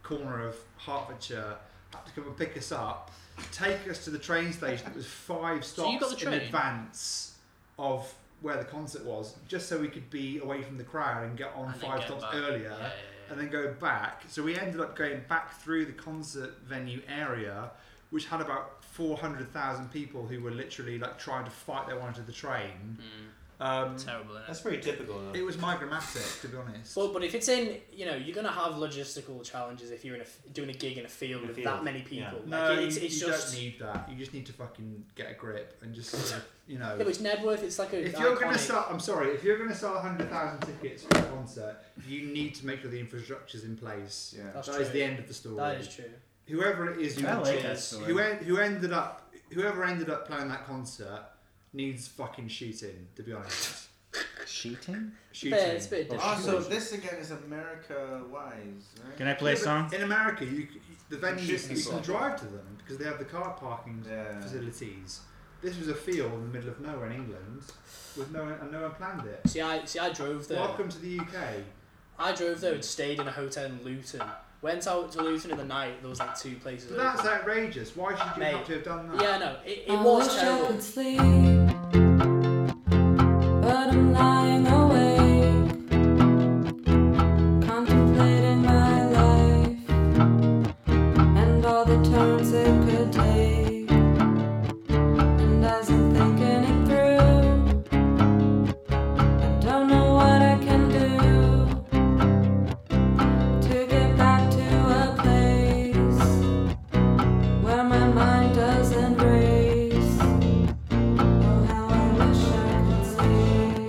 corner of Hertfordshire, had to come and pick us up, take us to the train station that was five So you stops got the in train? advance. of where the concert was, just so we could be away from the crowd and get on And then five get stops back. Yeah, earlier, yeah, yeah. and then go back. So we ended up going back through the concert venue area, which had about four hundred thousand people who were literally like trying to fight their way onto the train. Um, Mm, Terrible, innit? That's pretty typical though. it was migramatic, to be honest. Well, but if it's in, you know, you're gonna have logistical challenges if you're in a f doing a gig in a field In a with field, that many yeah. people. no, like, it's, you, it's you just. don't need that. You just need to fucking get a grip and just, sort of, you know. Yeah, but it's Nedworth. It's like a. If you're going iconic- to sell, I'm sorry, if you're going to sell 100,000 tickets for a concert, you need to make sure the infrastructure's in place. Yeah. That's That true. is the end of the story. That is true. Whoever it is who, I like that who, story. en- who ended up, whoever ended up playing that concert needs fucking shooting, to be honest. Cheating? shooting. Yeah, it's a Oh, bit different. Also, Ah, this again is America wise, right? Can I play a Yeah, but song? In America, you, c- the venues, shooting you spot. can drive to them because they have the car parking Yeah. facilities. This was a field in the middle of nowhere in England with no one, and no one planned it. See, I see. I drove there. Welcome to the UK. I drove there and stayed in a hotel in Luton. Went out to Luton in the night. There was like two places. But that's open. outrageous. Why should you Mate. have to have done that? Yeah, no, it, it I was Oh, wish I terrible. could sleep, but I'm lying awake, contemplating my life and all the turns it could take. And as I'm thinking it through, I don't know what I can do to get back to a place where my mind doesn't race. Oh, how I wish I could sleep.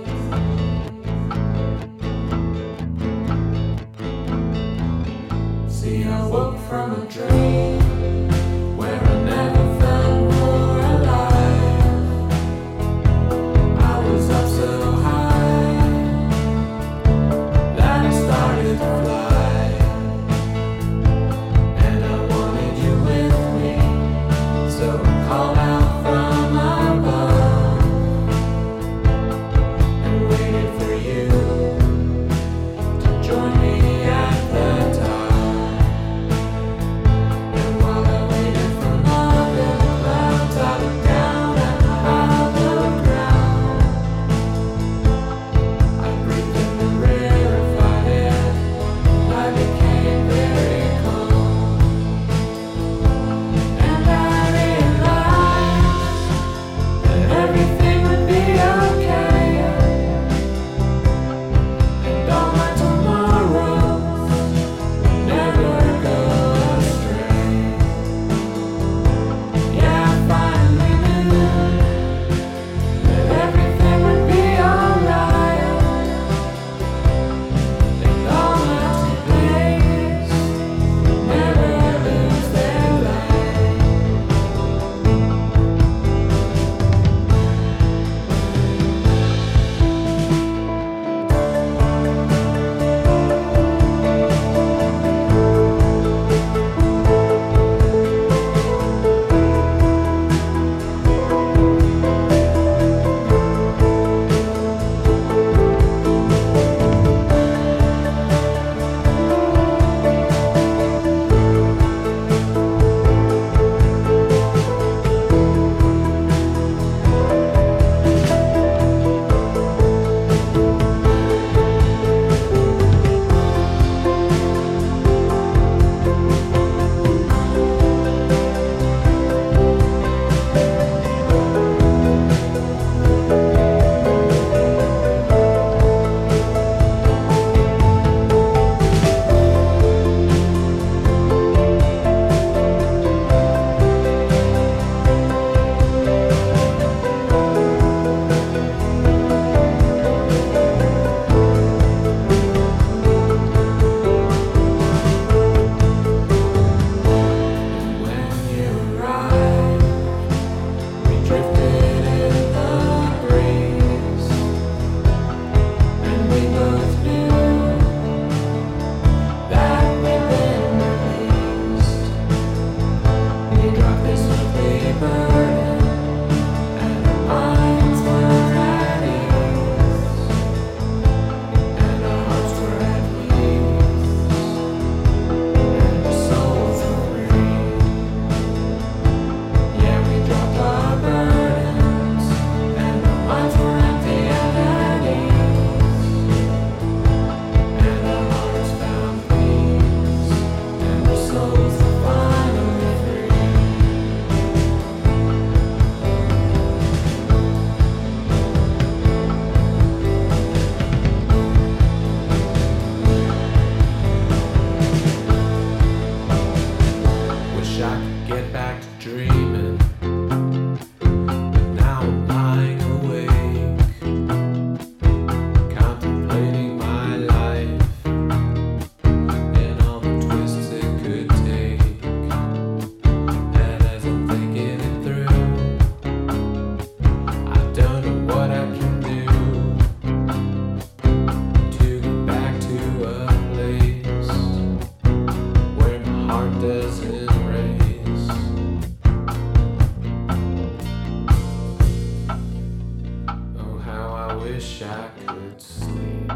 Oh, I could sleep.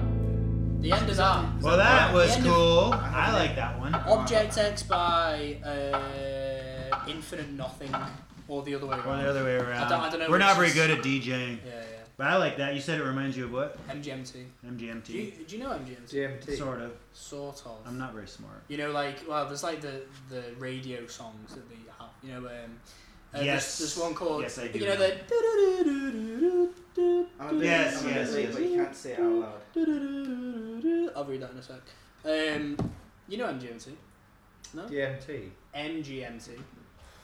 The end of that. Well, that was The end of- cool. I like that one. Object X by uh, Infinite Nothing, or the other way around. Or the other way around. I don't- I don't know We're not very which is- good at DJing, Yeah, but I like that. You said it reminds you of what? yeah. MGMT. Do you, MGMT. do you know MGMT? DMT. Sort of. Sort of. I'm not very smart. You know, like well, there's like the the radio songs that they have. You know, um, uh, Yes. There's, there's one called. Yes, I do You know know. the. do-do-do-do-do-do-do, I'm a bit, Yes, I'm a bit yes, late, yes. but you can't say it out loud. do-do-do-do-do. I'll read that in a sec. Um, you know MGMT. DMT. MGMT.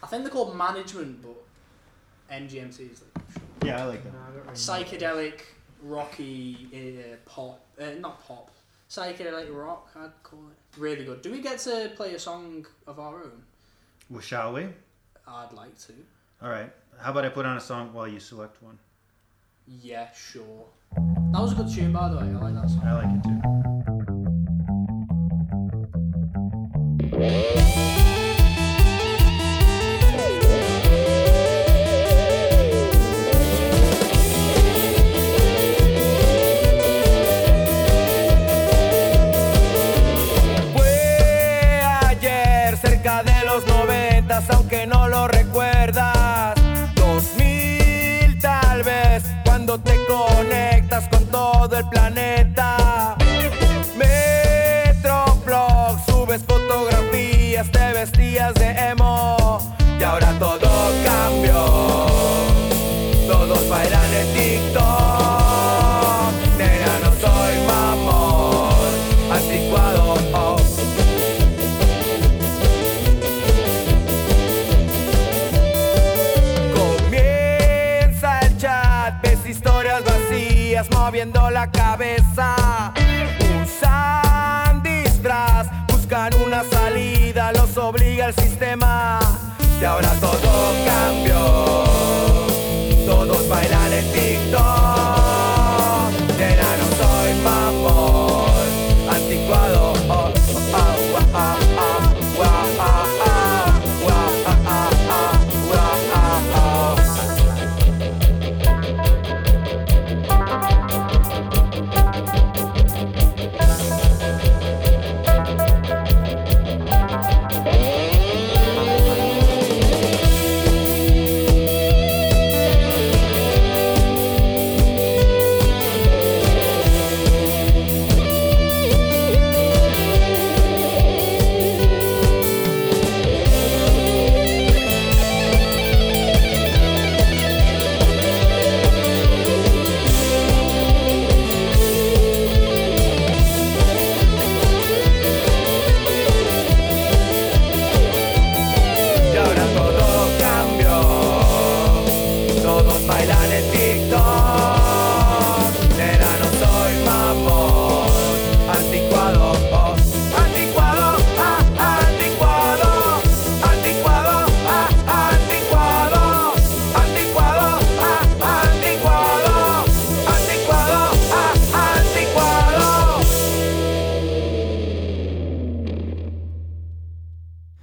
I think they're called management, but MGMT is like Yeah, I like that. No, I don't really know. psychedelic, rocky, uh, pop. Uh, not pop. Psychedelic rock, I'd call it. Really good. Do we get to play a song of our own? Well, shall we? I'd like to. All right. How about I put on a song while you select one? Yeah, sure. That was a good tune, by the way. I like that song. I like it too. Fue ayer, cerca de los noventas, aunque no lo recuerdas. 2000 tal vez, cuando te conectas con todo el planeta. Metroblog, subes fotografías, te vestías de emo. Y ahora todo cambió. Todos bailan en TikTok Nena, no soy mamón Anticuado oh. Comienza el chat Ves historias vacías Moviendo la cabeza Usan disfraz Buscan una salida Los obliga el sistema Y ahora todo cambió todos bailan en TikTok. Nena, no soy mamón, anticuado. oh, ah, guau, ah, ah, guau, ah, ah, guau, ah, ah, ah, guau, ah, ah. Y ahora todo cambió. Todos bailan en TikTok. Nena, no soy mamón. Anticuado, oh. anticuado, ah, anticuado. Anticuado, ah, anticuado. Anticuado, ah, anticuado. Anticuado, ah, anticuado.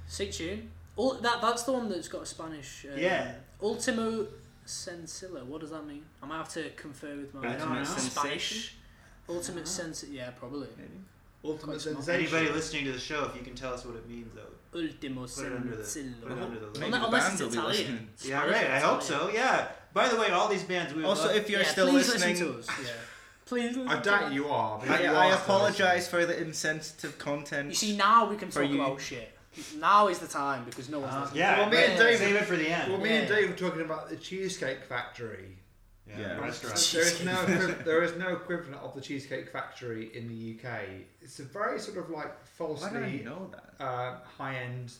Sick tune. Ul- that that's the one that's got a Spanish. Uh, Yeah. Ultimo Sencillo. What does that mean? I might have to confer with my Ultimate my Spanish. sensation? Ah. Ultimate sense. Yeah, probably. Ultimate Quite small. sensation. Anybody listening to the show, if you can tell us what it means, though, Ultimo put it under the put it under Sencillo. the Unle- link. Unless, band will it's be Italian. listening. Yeah, right. I hope so. Yeah. By the way, all these bands we would Also, love- if you're yeah, still please listening, listen to us. Yeah. Please. I listen to doubt us. you are. But I, you I are still apologize for the insensitive content. You see, now we can For talk you. about shit. Now is the time because no one's Ah. Uh, listening. yeah. Well, me and right. David- Save it for the end. Well, me and Yeah. Dave were talking about the Cheesecake Factory. yeah, Yeah. restaurant. There is no equiv- there is no equivalent of the Cheesecake Factory in the UK. It's a very sort of like Why do I falsely know that? uh, high end.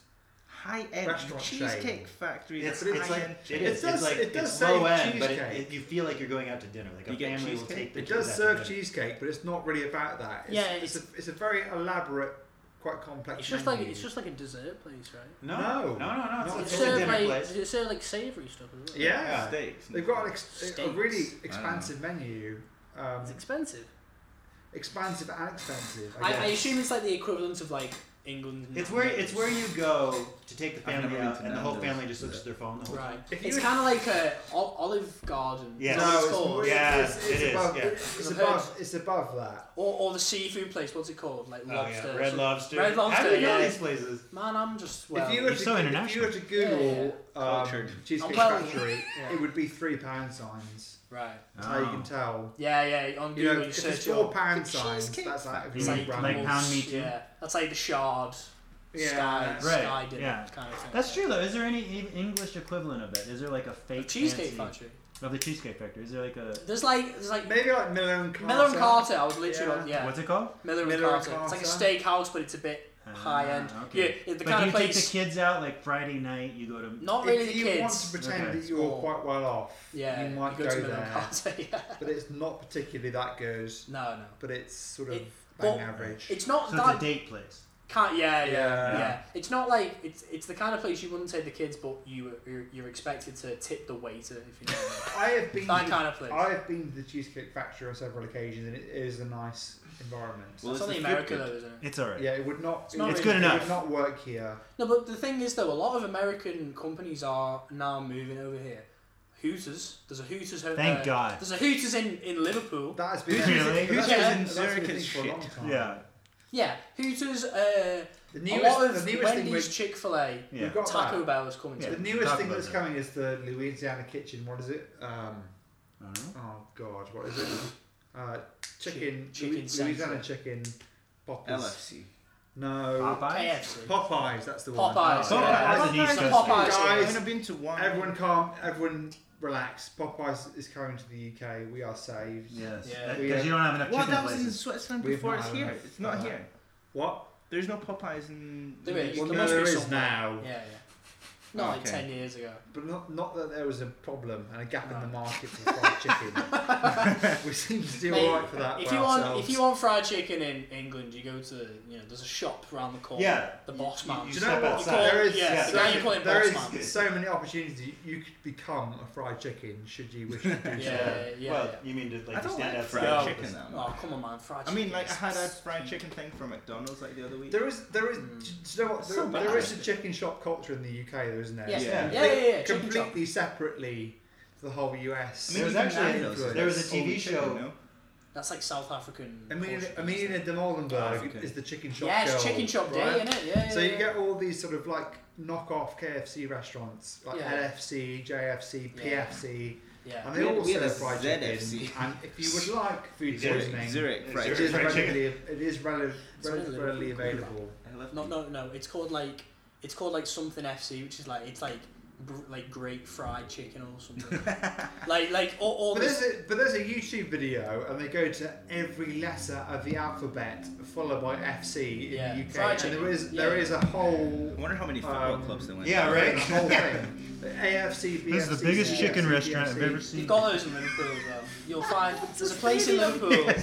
High end Restaurant cheesecake chain. factory. It's, that's it's high like end. it It is. does- it's like it does it's say low end, but it, cheesecake. it, you feel like you're going out to dinner. Like You a get family will cheesecake? take the It kids does out to serve dinner. cheesecake, but it's not really about that. It's, Yeah, it's, a, it's a very elaborate, quite complex. It's just like menu. it's just like a dessert place, right? No, No. no, no, no. It's, it's, No, It's a served dinner like place. it's served like savoury stuff as well. yeah. Yeah. Steaks. They've got an ex- a Steaks. really expansive menu. Um, It's expensive. expansive and expensive. I, I, I guess. assume it's like the equivalent of like England. It's where it's where you go to take the I've never family been out, to and the whole Nando's. family just looks at their phone. the whole time. Right. If It's you- kind of like a ol- Olive Garden. Yeah. Is that No, what it's it's called? more- Yeah, it is, above, yeah. It's I've above. It's above that. Or, or the seafood place. What's it called? Like Oh, lobster. yeah. Red So- Lobster. Red How Lobster, do you know yeah. these places? Man, I'm just well. if you were you're to, so if you were to Google um, Cultured. cheesecake I'm well- factory, yeah. it would be three pound signs. right. That's Ah. how you can tell. Yeah, yeah. On You Google, know, you if search it's your four pound the signs, cheesecake that's like a It's really Like- brand. like Rumble's, Pound Meat Too. Yeah, that's like the Shard, Yeah, Sky, right, Sky dinner yeah. kind of thing. That's true though. Is there any e- English equivalent of it? Is there like a The fake Cheesecake fancy- Factory. of the Cheesecake Factory? Is there like a There's like there's like Maybe like Miller and Carter. Miller and Carter. I was literally Yeah. on- yeah. what's it called? Miller and Miller and Carter. It's like a Carter. steakhouse, but it's a bit high Ah, end. Okay. Yeah, it's the but kind you of take the place. kids out like Friday night. You go to Not really If the you kids. want to pretend Okay. that you're Small. quite well off, yeah, you might go, go to Miller and there, Carter. Yeah. but it's not particularly that good. No, no. But it's sort of It- bang but- average. It's not so it's a that date place. Can't, yeah, yeah, Yeah. yeah, It's not like it's it's the kind of place you wouldn't take the kids, but you you're, you're expected to tip the waiter if you know. what I have been. I mean. that kind of place. I have been to the Cheesecake Factory on several occasions, and it is a nice environment. Well, it's it's only the America food. though, isn't it? It's alright. yeah, it would not. It's not It's really- good it enough. Would not work here. No, but the thing is though, a lot of American companies are now moving over here. Hooters, there's a Hooters. ho- Thank uh, God. There's a Hooters in in Liverpool. That has been Really? That's Who's been- in that's been a Zurich thing is for a long time. Yeah. Yeah, Hooters. Uh, a The newest, lot of the newest thing Wendy's, we've, Chick Fil A, Yeah. we've got Taco that. Bell is coming Yeah. to. The it. newest Talk thing about that's that. coming is the Louisiana Kitchen. What is it? Um, I don't know. oh God, what is it? Uh, chicken, Chicken Louis- Central. Louisiana chicken. Poppers. LFC. No. Popeyes. KFC. Popeyes. That's the one. Popeyes. Oh, yeah. yeah. That's an East Popeyes. Coast Popeyes. Guys, yeah. I've been to one. Everyone calm. Everyone relax. Popeyes is coming to the UK. We are saved. Yes. Yeah. Because Yeah. you don't have enough Well, chicken that was in places. Switzerland We've before not it's had here. enough, It's not uh, here. What? There's no Popeyes in. There in is. the Well, UK. must there be is somewhere. now, Yeah, yeah. Not like Okay. ten years ago. but not not that there was a problem and a gap in No. the market for fried chicken. we seem to do Mate, all right for that. If for you want, ourselves. if you want fried chicken in England, you go to you know there's a shop round the corner. Yeah. The boss man. you do you step know what? outside. There is, Yeah, the so, guy you call him there boss is so many opportunities. You- You could become a fried chicken should you wish to do yeah, so. yeah, yeah. well, you mean to I like you don't stand like outside? fried the chicken office. that much. Oh come on, man, fried I chicken. mean, like I is- had a fried chicken thing from McDonald's like the other week. There is, there is. Mm. Do you know what? So There, there bad. is a chicken shop culture in the UK, though, isn't there? Yes. Yeah. Yeah, yeah, yeah. yeah, chicken chop. completely separately to the whole US. I There mean, was even actually- Nando's is there was a like TV only show- Chicken, no? That's like South African. Amelia, portion. Amelia de Ah, Molenberg African. is the chicken shop Yeah, girl. it's chicken shop day, right? isn't it? Yeah, yeah. So you yeah. get all these sort of like knockoff KFC restaurants, like Yeah. LFC, JFC, Yeah. PFC, Yeah. and they We had- all we had serve a fried ZFC. chicken. And if you would like food Zurich, poisoning, Zurich fried it Zurich is fried chicken. readily, it is rel- It's rel- really readily Liverpool. available. I love No, no, no. It's called like it's called like something FC, which is like it's like gr- like great fried chicken or something. like like all, all But this. there's, a, but there's a YouTube video, and they go to every letter of the alphabet followed by FC in Yeah. the UK, Fried and chicken. there is Yeah. there is a whole I wonder how many football Um, clubs they went. Yeah, Right, right. the whole thing. The AFC, BFC, This is the biggest yeah. chicken CFC, restaurant I've BFC. ever You've seen. got those in Liverpool as well. You'll find there's a place in Liverpool.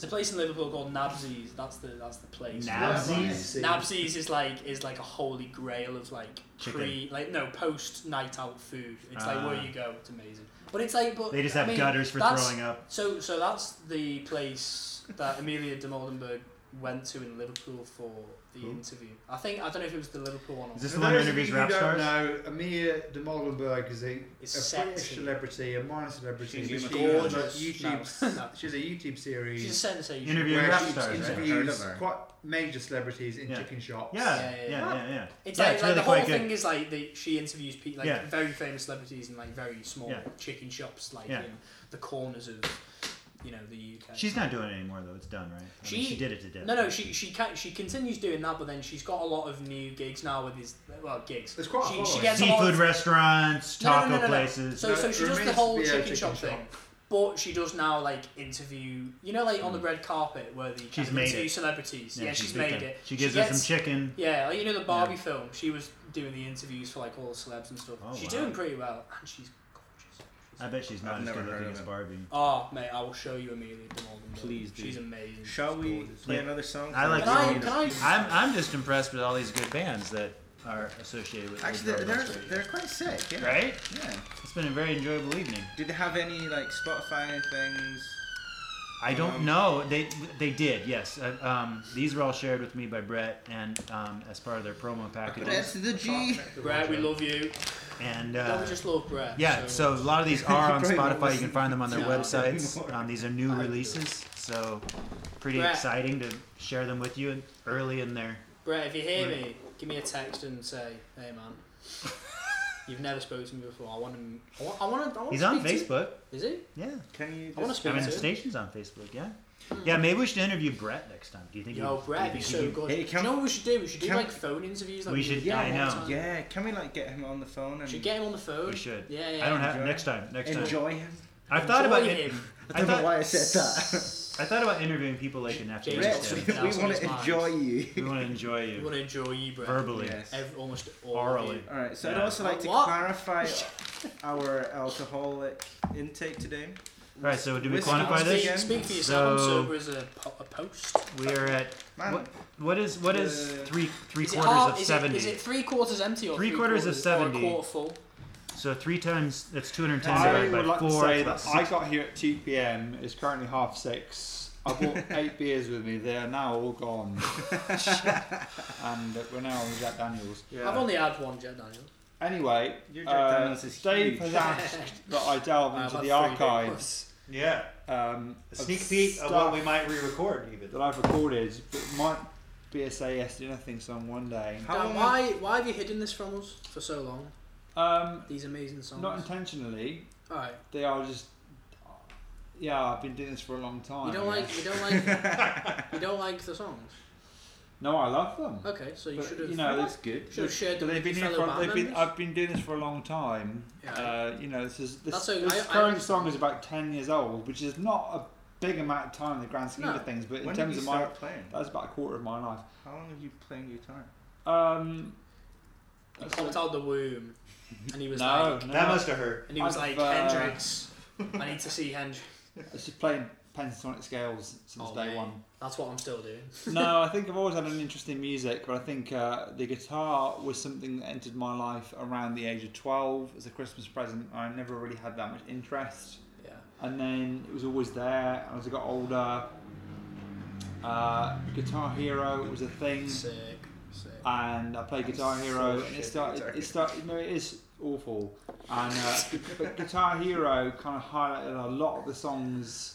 There's a place in Liverpool called Nabsies. That's the that's the place. Nabsies? Nabsies is like is like a holy grail of like Chicken. pre like no post night out food. It's like Ah. where you go. It's amazing. But it's like but They just I have mean, gutters for that's- throwing up. So, so that's the place that Amelia de Moldenberg went to in Liverpool for the interview. I think I don't know if it was the Liverpool one. Or Is this For the one who those of interviews you rap who don't stars? know, Amir de Molenberg is a, a It's British sexy. celebrity, a minor celebrity. She's but gorgeous. does YouTube, No, no. she's a YouTube She's a series sensation. Interview- Interviewing where rap she stars, right? Heard interviews of her. quite major celebrities in Yeah. chicken shops. Yeah, Yeah, yeah, yeah, yeah, yeah. It's Yeah, like, like it's really the whole quite good. thing is like that she interviews people like Yeah. very famous celebrities in like very small Yeah. chicken shops like Yeah. in the corners of you know the UK. She's not doing it anymore though. It's done, right? I mean, She- she did it to death. no, no, she she can, she continues doing that, but then she's got a lot of new gigs now with his well gigs. There's quite a she, following. she gets a lot Seafood of- restaurants, No, no, taco no, no, no. places. So, No, so it she does the remains whole to be a chicken, chicken shop, shop. thing, but she does now like interview. You know, like on the red carpet where the Mm. She's made interview it. celebrities. Yeah, she's, big made time. it. She gives her gets- some chicken. Yeah, like you know the Barbie film. She was doing the interviews for like all the celebs and stuff. Oh, she's wow. doing pretty well, and she's gorgeous. I bet she's not I've as never good heard looking of as it. Barbie. Oh, mate, I will show you Amelia de Molden. Please do. She's amazing. Shall She's we gorgeous. play Yeah. another song? I like Can I? Can I? I'm, I'm just impressed with all these good bands that are associated with. Actually, they're, Old they're, Broadway Radio. they're quite sick. Yeah. right. Yeah. It's been a very enjoyable evening. Did they have any like Spotify things? I don't know. They they did. Yes. Uh, um, these were all shared with me by Brett and um, as part of their promo That's packages. the G. Brett, we love you. And Don't uh, we just love Brett. yeah, so a lot of these are on Probably won't Spotify. You can find them on their No. websites. Anymore. Um, these are new releases, so pretty Brett. exciting to share them with you early in their. Brett, if you hear Mm. me, give me a text and say, "Hey, man, you've never spoken to me before. I want to. I want. I want to. I want He's to on speak to- Facebook. Is he? Yeah. Can you? I want to just- I speak mean, to the him. station's on Facebook, yeah. Yeah, maybe we should interview Brett next time. Do you think? Yo, he- Brett, do you he's think Oh, so he- good. Hey, do can- you know what we should do? We should do can- like phone interviews. Like We did should- all I the know. time. Yeah, can we like get him on the phone and Should get him on the phone. We should. Yeah, yeah. I don't have Enjoy. next time. Next time. enjoy him? I've thought about Enjoy it. him. I don't thought- know why I said that. I thought about interviewing people like in James Afghanistan. Wilson. we want to enjoy We you. want to enjoy We you want to enjoy you, Brett. verbally. Yes. Ev- almost all of Orally. you. All right. So I'd Yeah. also like to What? clarify our alcoholic intake today. All right, so do we Whiskey. quantify Speak, this? speak for yourself. So- I'm sober as a, po- a post. We are at Man, What? what is what is Uh, three three Is it quarters half- of is it- seventy? Is it three quarters empty or Three three, quarters of 70. Or a quarter full? So three times that's two hundred ten I divided by would like to four. say that's that I got here at 2 p.m. It's currently half six. I bought eight beers with me. They are now all gone, and uh, we're now on Jack Daniels. yeah. I've only had one Jack Daniel. Anyway, Your Jack uh, Daniels is Dave huge. has asked that I delve I've into had the three archives. Daniels. Yeah. Um, A sneak peek of what we might re-record even. that I've recorded, but might be a say yes to nothing song one day. How Dan, long- why, why have you hidden this from us for so long? Um, These amazing songs. not intentionally. Alright. They are just. Yeah, I've been doing this for a long time. You don't I like guess. you don't like you don't like the songs. No, I love them. Okay, so Oh, you But, should have you know, That's good. should have shared But them they've with your been fellow here for, band they've been, members. I've been doing this for a long time. Yeah. Uh, you know, this is this, That's okay. this I- I- current song is about ten years old, which is not a big amount of time in the grand scheme No. of things. But in When did terms you of my, start playing? that's about a quarter of my life. How long have you been playing guitar? Um, He popped out the womb and he was no, like no, That must have hurt. and he was I've, like uh, Hendrix. I need to see Hendrix. It's just playing pentatonic scales since Oh, day mate. one. That's what I'm still doing. no, I think I've always had an interest in music, but I think uh, the guitar was something that entered my life around the age of 12 as a Christmas present. I never really had that much interest. Yeah. And then it was always there. And as I got older, uh, Guitar Hero was a thing. Sick. Sick. And Hmm. I played Guitar so Hero, and it shit started. guitar. It started. No, it is awful. And uh, but Guitar Hero kind of highlighted a lot of the songs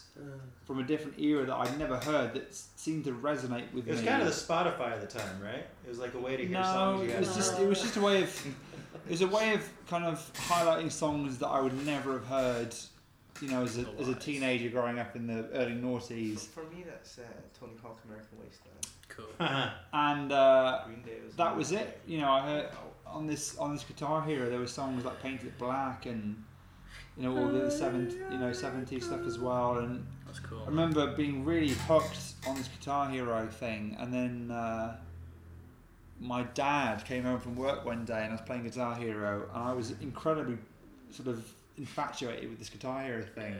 from a different era that I'd never heard that s- seemed to resonate with It was me. kind of the Spotify of the time, right? It was like a way to hear no, songs. You it had was to- just it was just a way of it was a way of kind of highlighting songs that I would never have heard, you know, as a, as a teenager growing up in the early noughties. For me, that's uh, Tony Hawk, American Wasteland. Cool. Uh-huh. and uh, Green Day was. that my- was it. You know, I heard on this on this Guitar Hero there were songs like Painted It Black and you know all the other seven you know seventies stuff as well and That's I cool. remember being really hooked on this Guitar Hero thing, and then uh, my dad came home from work one day, and I was playing Guitar Hero, and I was incredibly sort of infatuated with this Guitar Hero thing.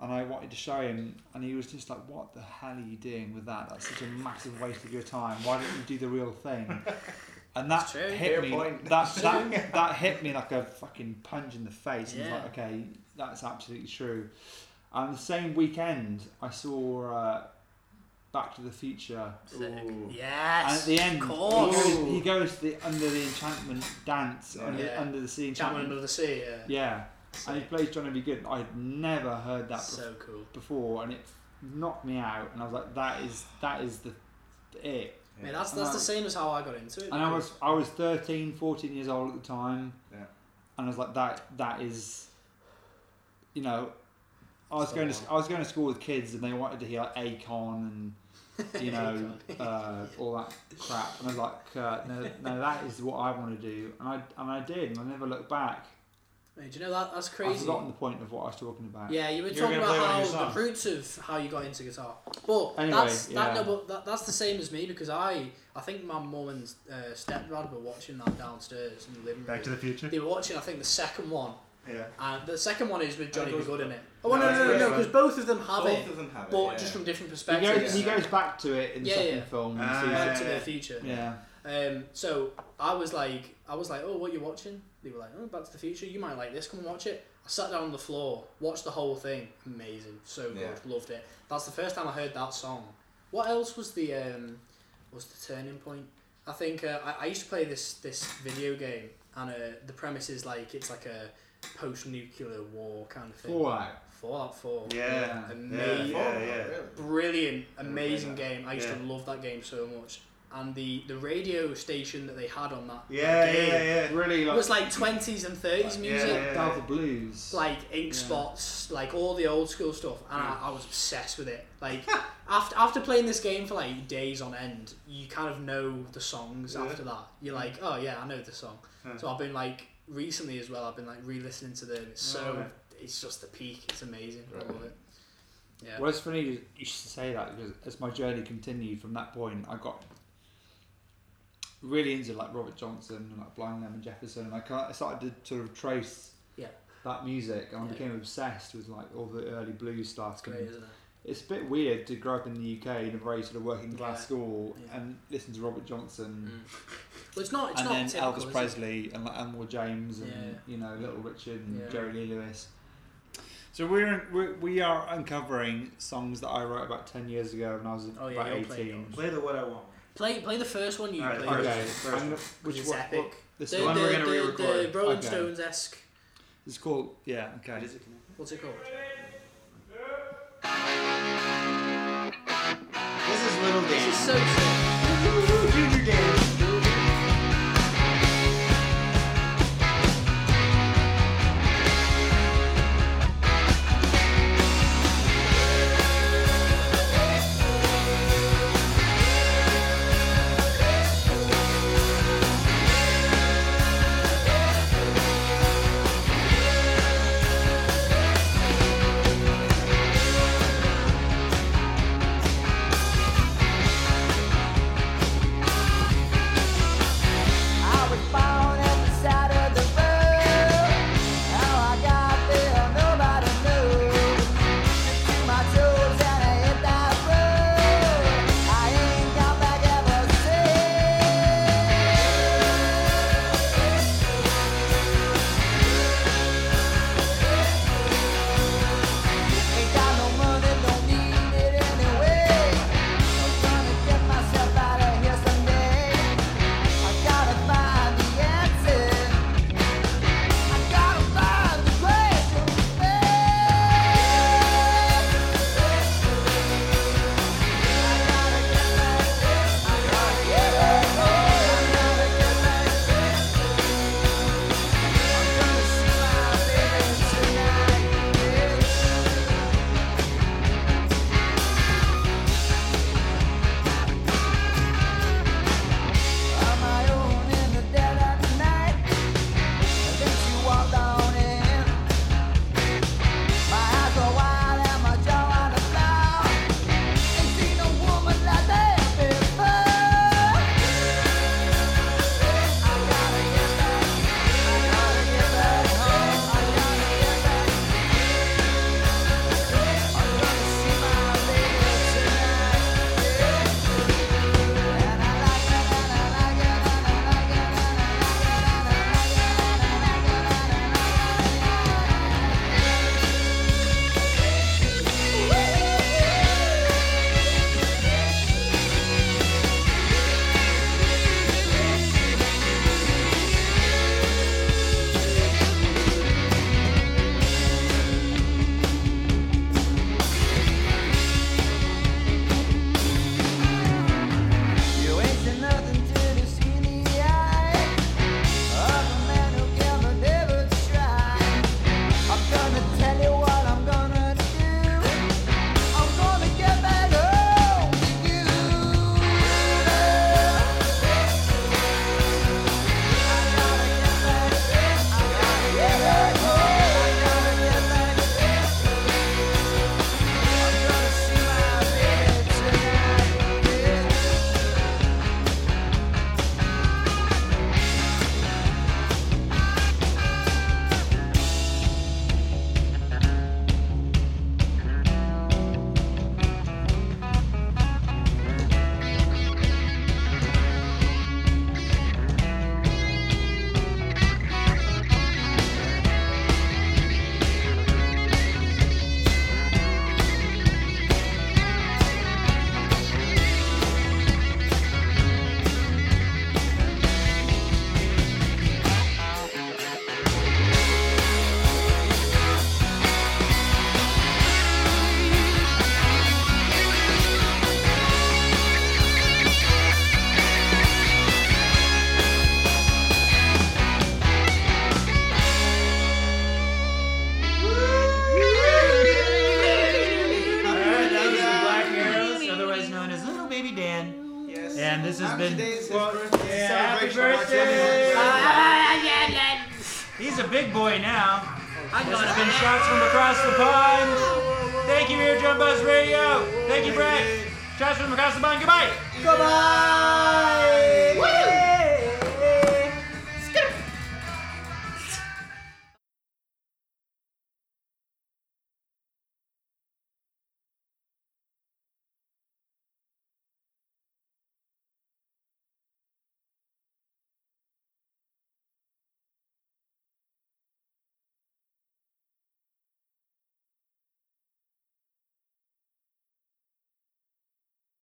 And I wanted to show him, and he was just like, "What the hell are you doing with that? That's such a massive waste of your time. Why don't you do the real thing?" And that That's true. hit Fair me. point. That, that that hit me like a fucking punch in the face. And I Yeah. was like, "Okay, that's absolutely true." And the same weekend, I saw uh, Back to the Future. Sick. Ooh. And Yes. at the end, Of he course. goes, he goes to the under the enchantment dance under, Yeah. under the sea Jamming under enchantment. the sea, yeah. Yeah, and he Sick. plays Johnny B. Good. I'd never heard that bef- So cool. before, and it knocked me out. And I was like, "That is that is the it." Yeah. Man, that's And that's I- the same as how I got into it. And I because- was I was 13, 14 years old at the time. Yeah. And I was like, "That that is," you know. I was So going to on. I was going to school with kids, and they wanted to hear like Akon and you know uh, all that crap, and I was like, uh, no, no, that is what I want to do, and I and I did, and I never looked back. Hey, do you know that? That's I've crazy. forgotten the point of what I was talking about. Yeah, you were You were talking gonna play one about of your how songs. the roots of how you got into guitar. But Anyway, that's that, yeah. no, but that, that's the same as me because I I think my mum and uh, stepdad were watching that downstairs in the living room. Back to the Future. they were watching, I think, the second one, yeah. and the second one is with Johnny those- B. Good in it. Oh well, No, no, no, that's no, no, right. because both of them have Both it, of them have it. but yeah. just from different He perspectives. goes, Yeah. he goes back to it in the Yeah, second yeah. film. Ah, so yeah. Back to the future. yeah. Um, so I was like, I was like, oh, what are you watching? They were like, oh, Back to the Future. You might like this. Come and watch it. I sat down on the floor, watched the whole thing. Amazing, so good, Yeah. loved it. That's the first time I heard that song. What else was the um, was the turning point? I think uh, I, I used to play this this video game, and uh, the premise is like it's like a post nuclear war kind of thing. Fallout. Fallout Four. Yeah, Amazing. yeah, yeah. Really? Brilliant, Never played amazing that. game. I used to love that game so much. And the, the radio station that they had on that, that Yeah, game yeah, yeah. Really it like was like 20s and 30s music. yeah, yeah. Delta Blues. Like ink spots, like all the old school stuff, and I, I was obsessed with it. Like after after playing this game for like days on end, you kind of know the songs after that. You're like, oh yeah, I know this song. So I've been like recently as well. I've been like re-listening to them. It's so Right. it's just the peak. It's amazing. I love it. Yeah. Well, it's funny you- you should say that because as my journey continued from that point, I got really into like Robert Johnson and like Blind Lemon Jefferson, and I, kind of, I started to sort of trace Yeah. that music, and I Yeah. became obsessed with like all the early blues stuff. It's great, and isn't it? it's a bit weird to grow up in the UK in a very sort of working class Yeah. school Yeah. and listen to Robert Johnson Well, it's not. It's Mm. and not then typical, is Elvis it? Presley and like Elmore James and Yeah. you know Little Richard and Yeah. Jerry Lee Lewis. So we're, we're we are uncovering songs that I wrote about ten years ago when I was Oh, yeah, about you'll play eighteen. those. Play the What I Want. Play play the first one you Alright, played. first which Okay, First I'm- one. which is what- epic. what- this the, the one the, we're gonna the, the re-record. Rolling Okay. Stones esque. It's called yeah. Okay. What is it? What's it called? This is Little This is Dan. so sick. Junior Dan. What you, Dan. Yes. And this has Happy been. Day is his Well, birthday. yeah, happy Celebration. birthday. Ah, I He's a big boy now. got This has a been bit. Shots from Across the Pond. Thank you, Eardrum Buzz Radio. Thank you, Brett. Shots from Across the Pond. Goodbye. Goodbye.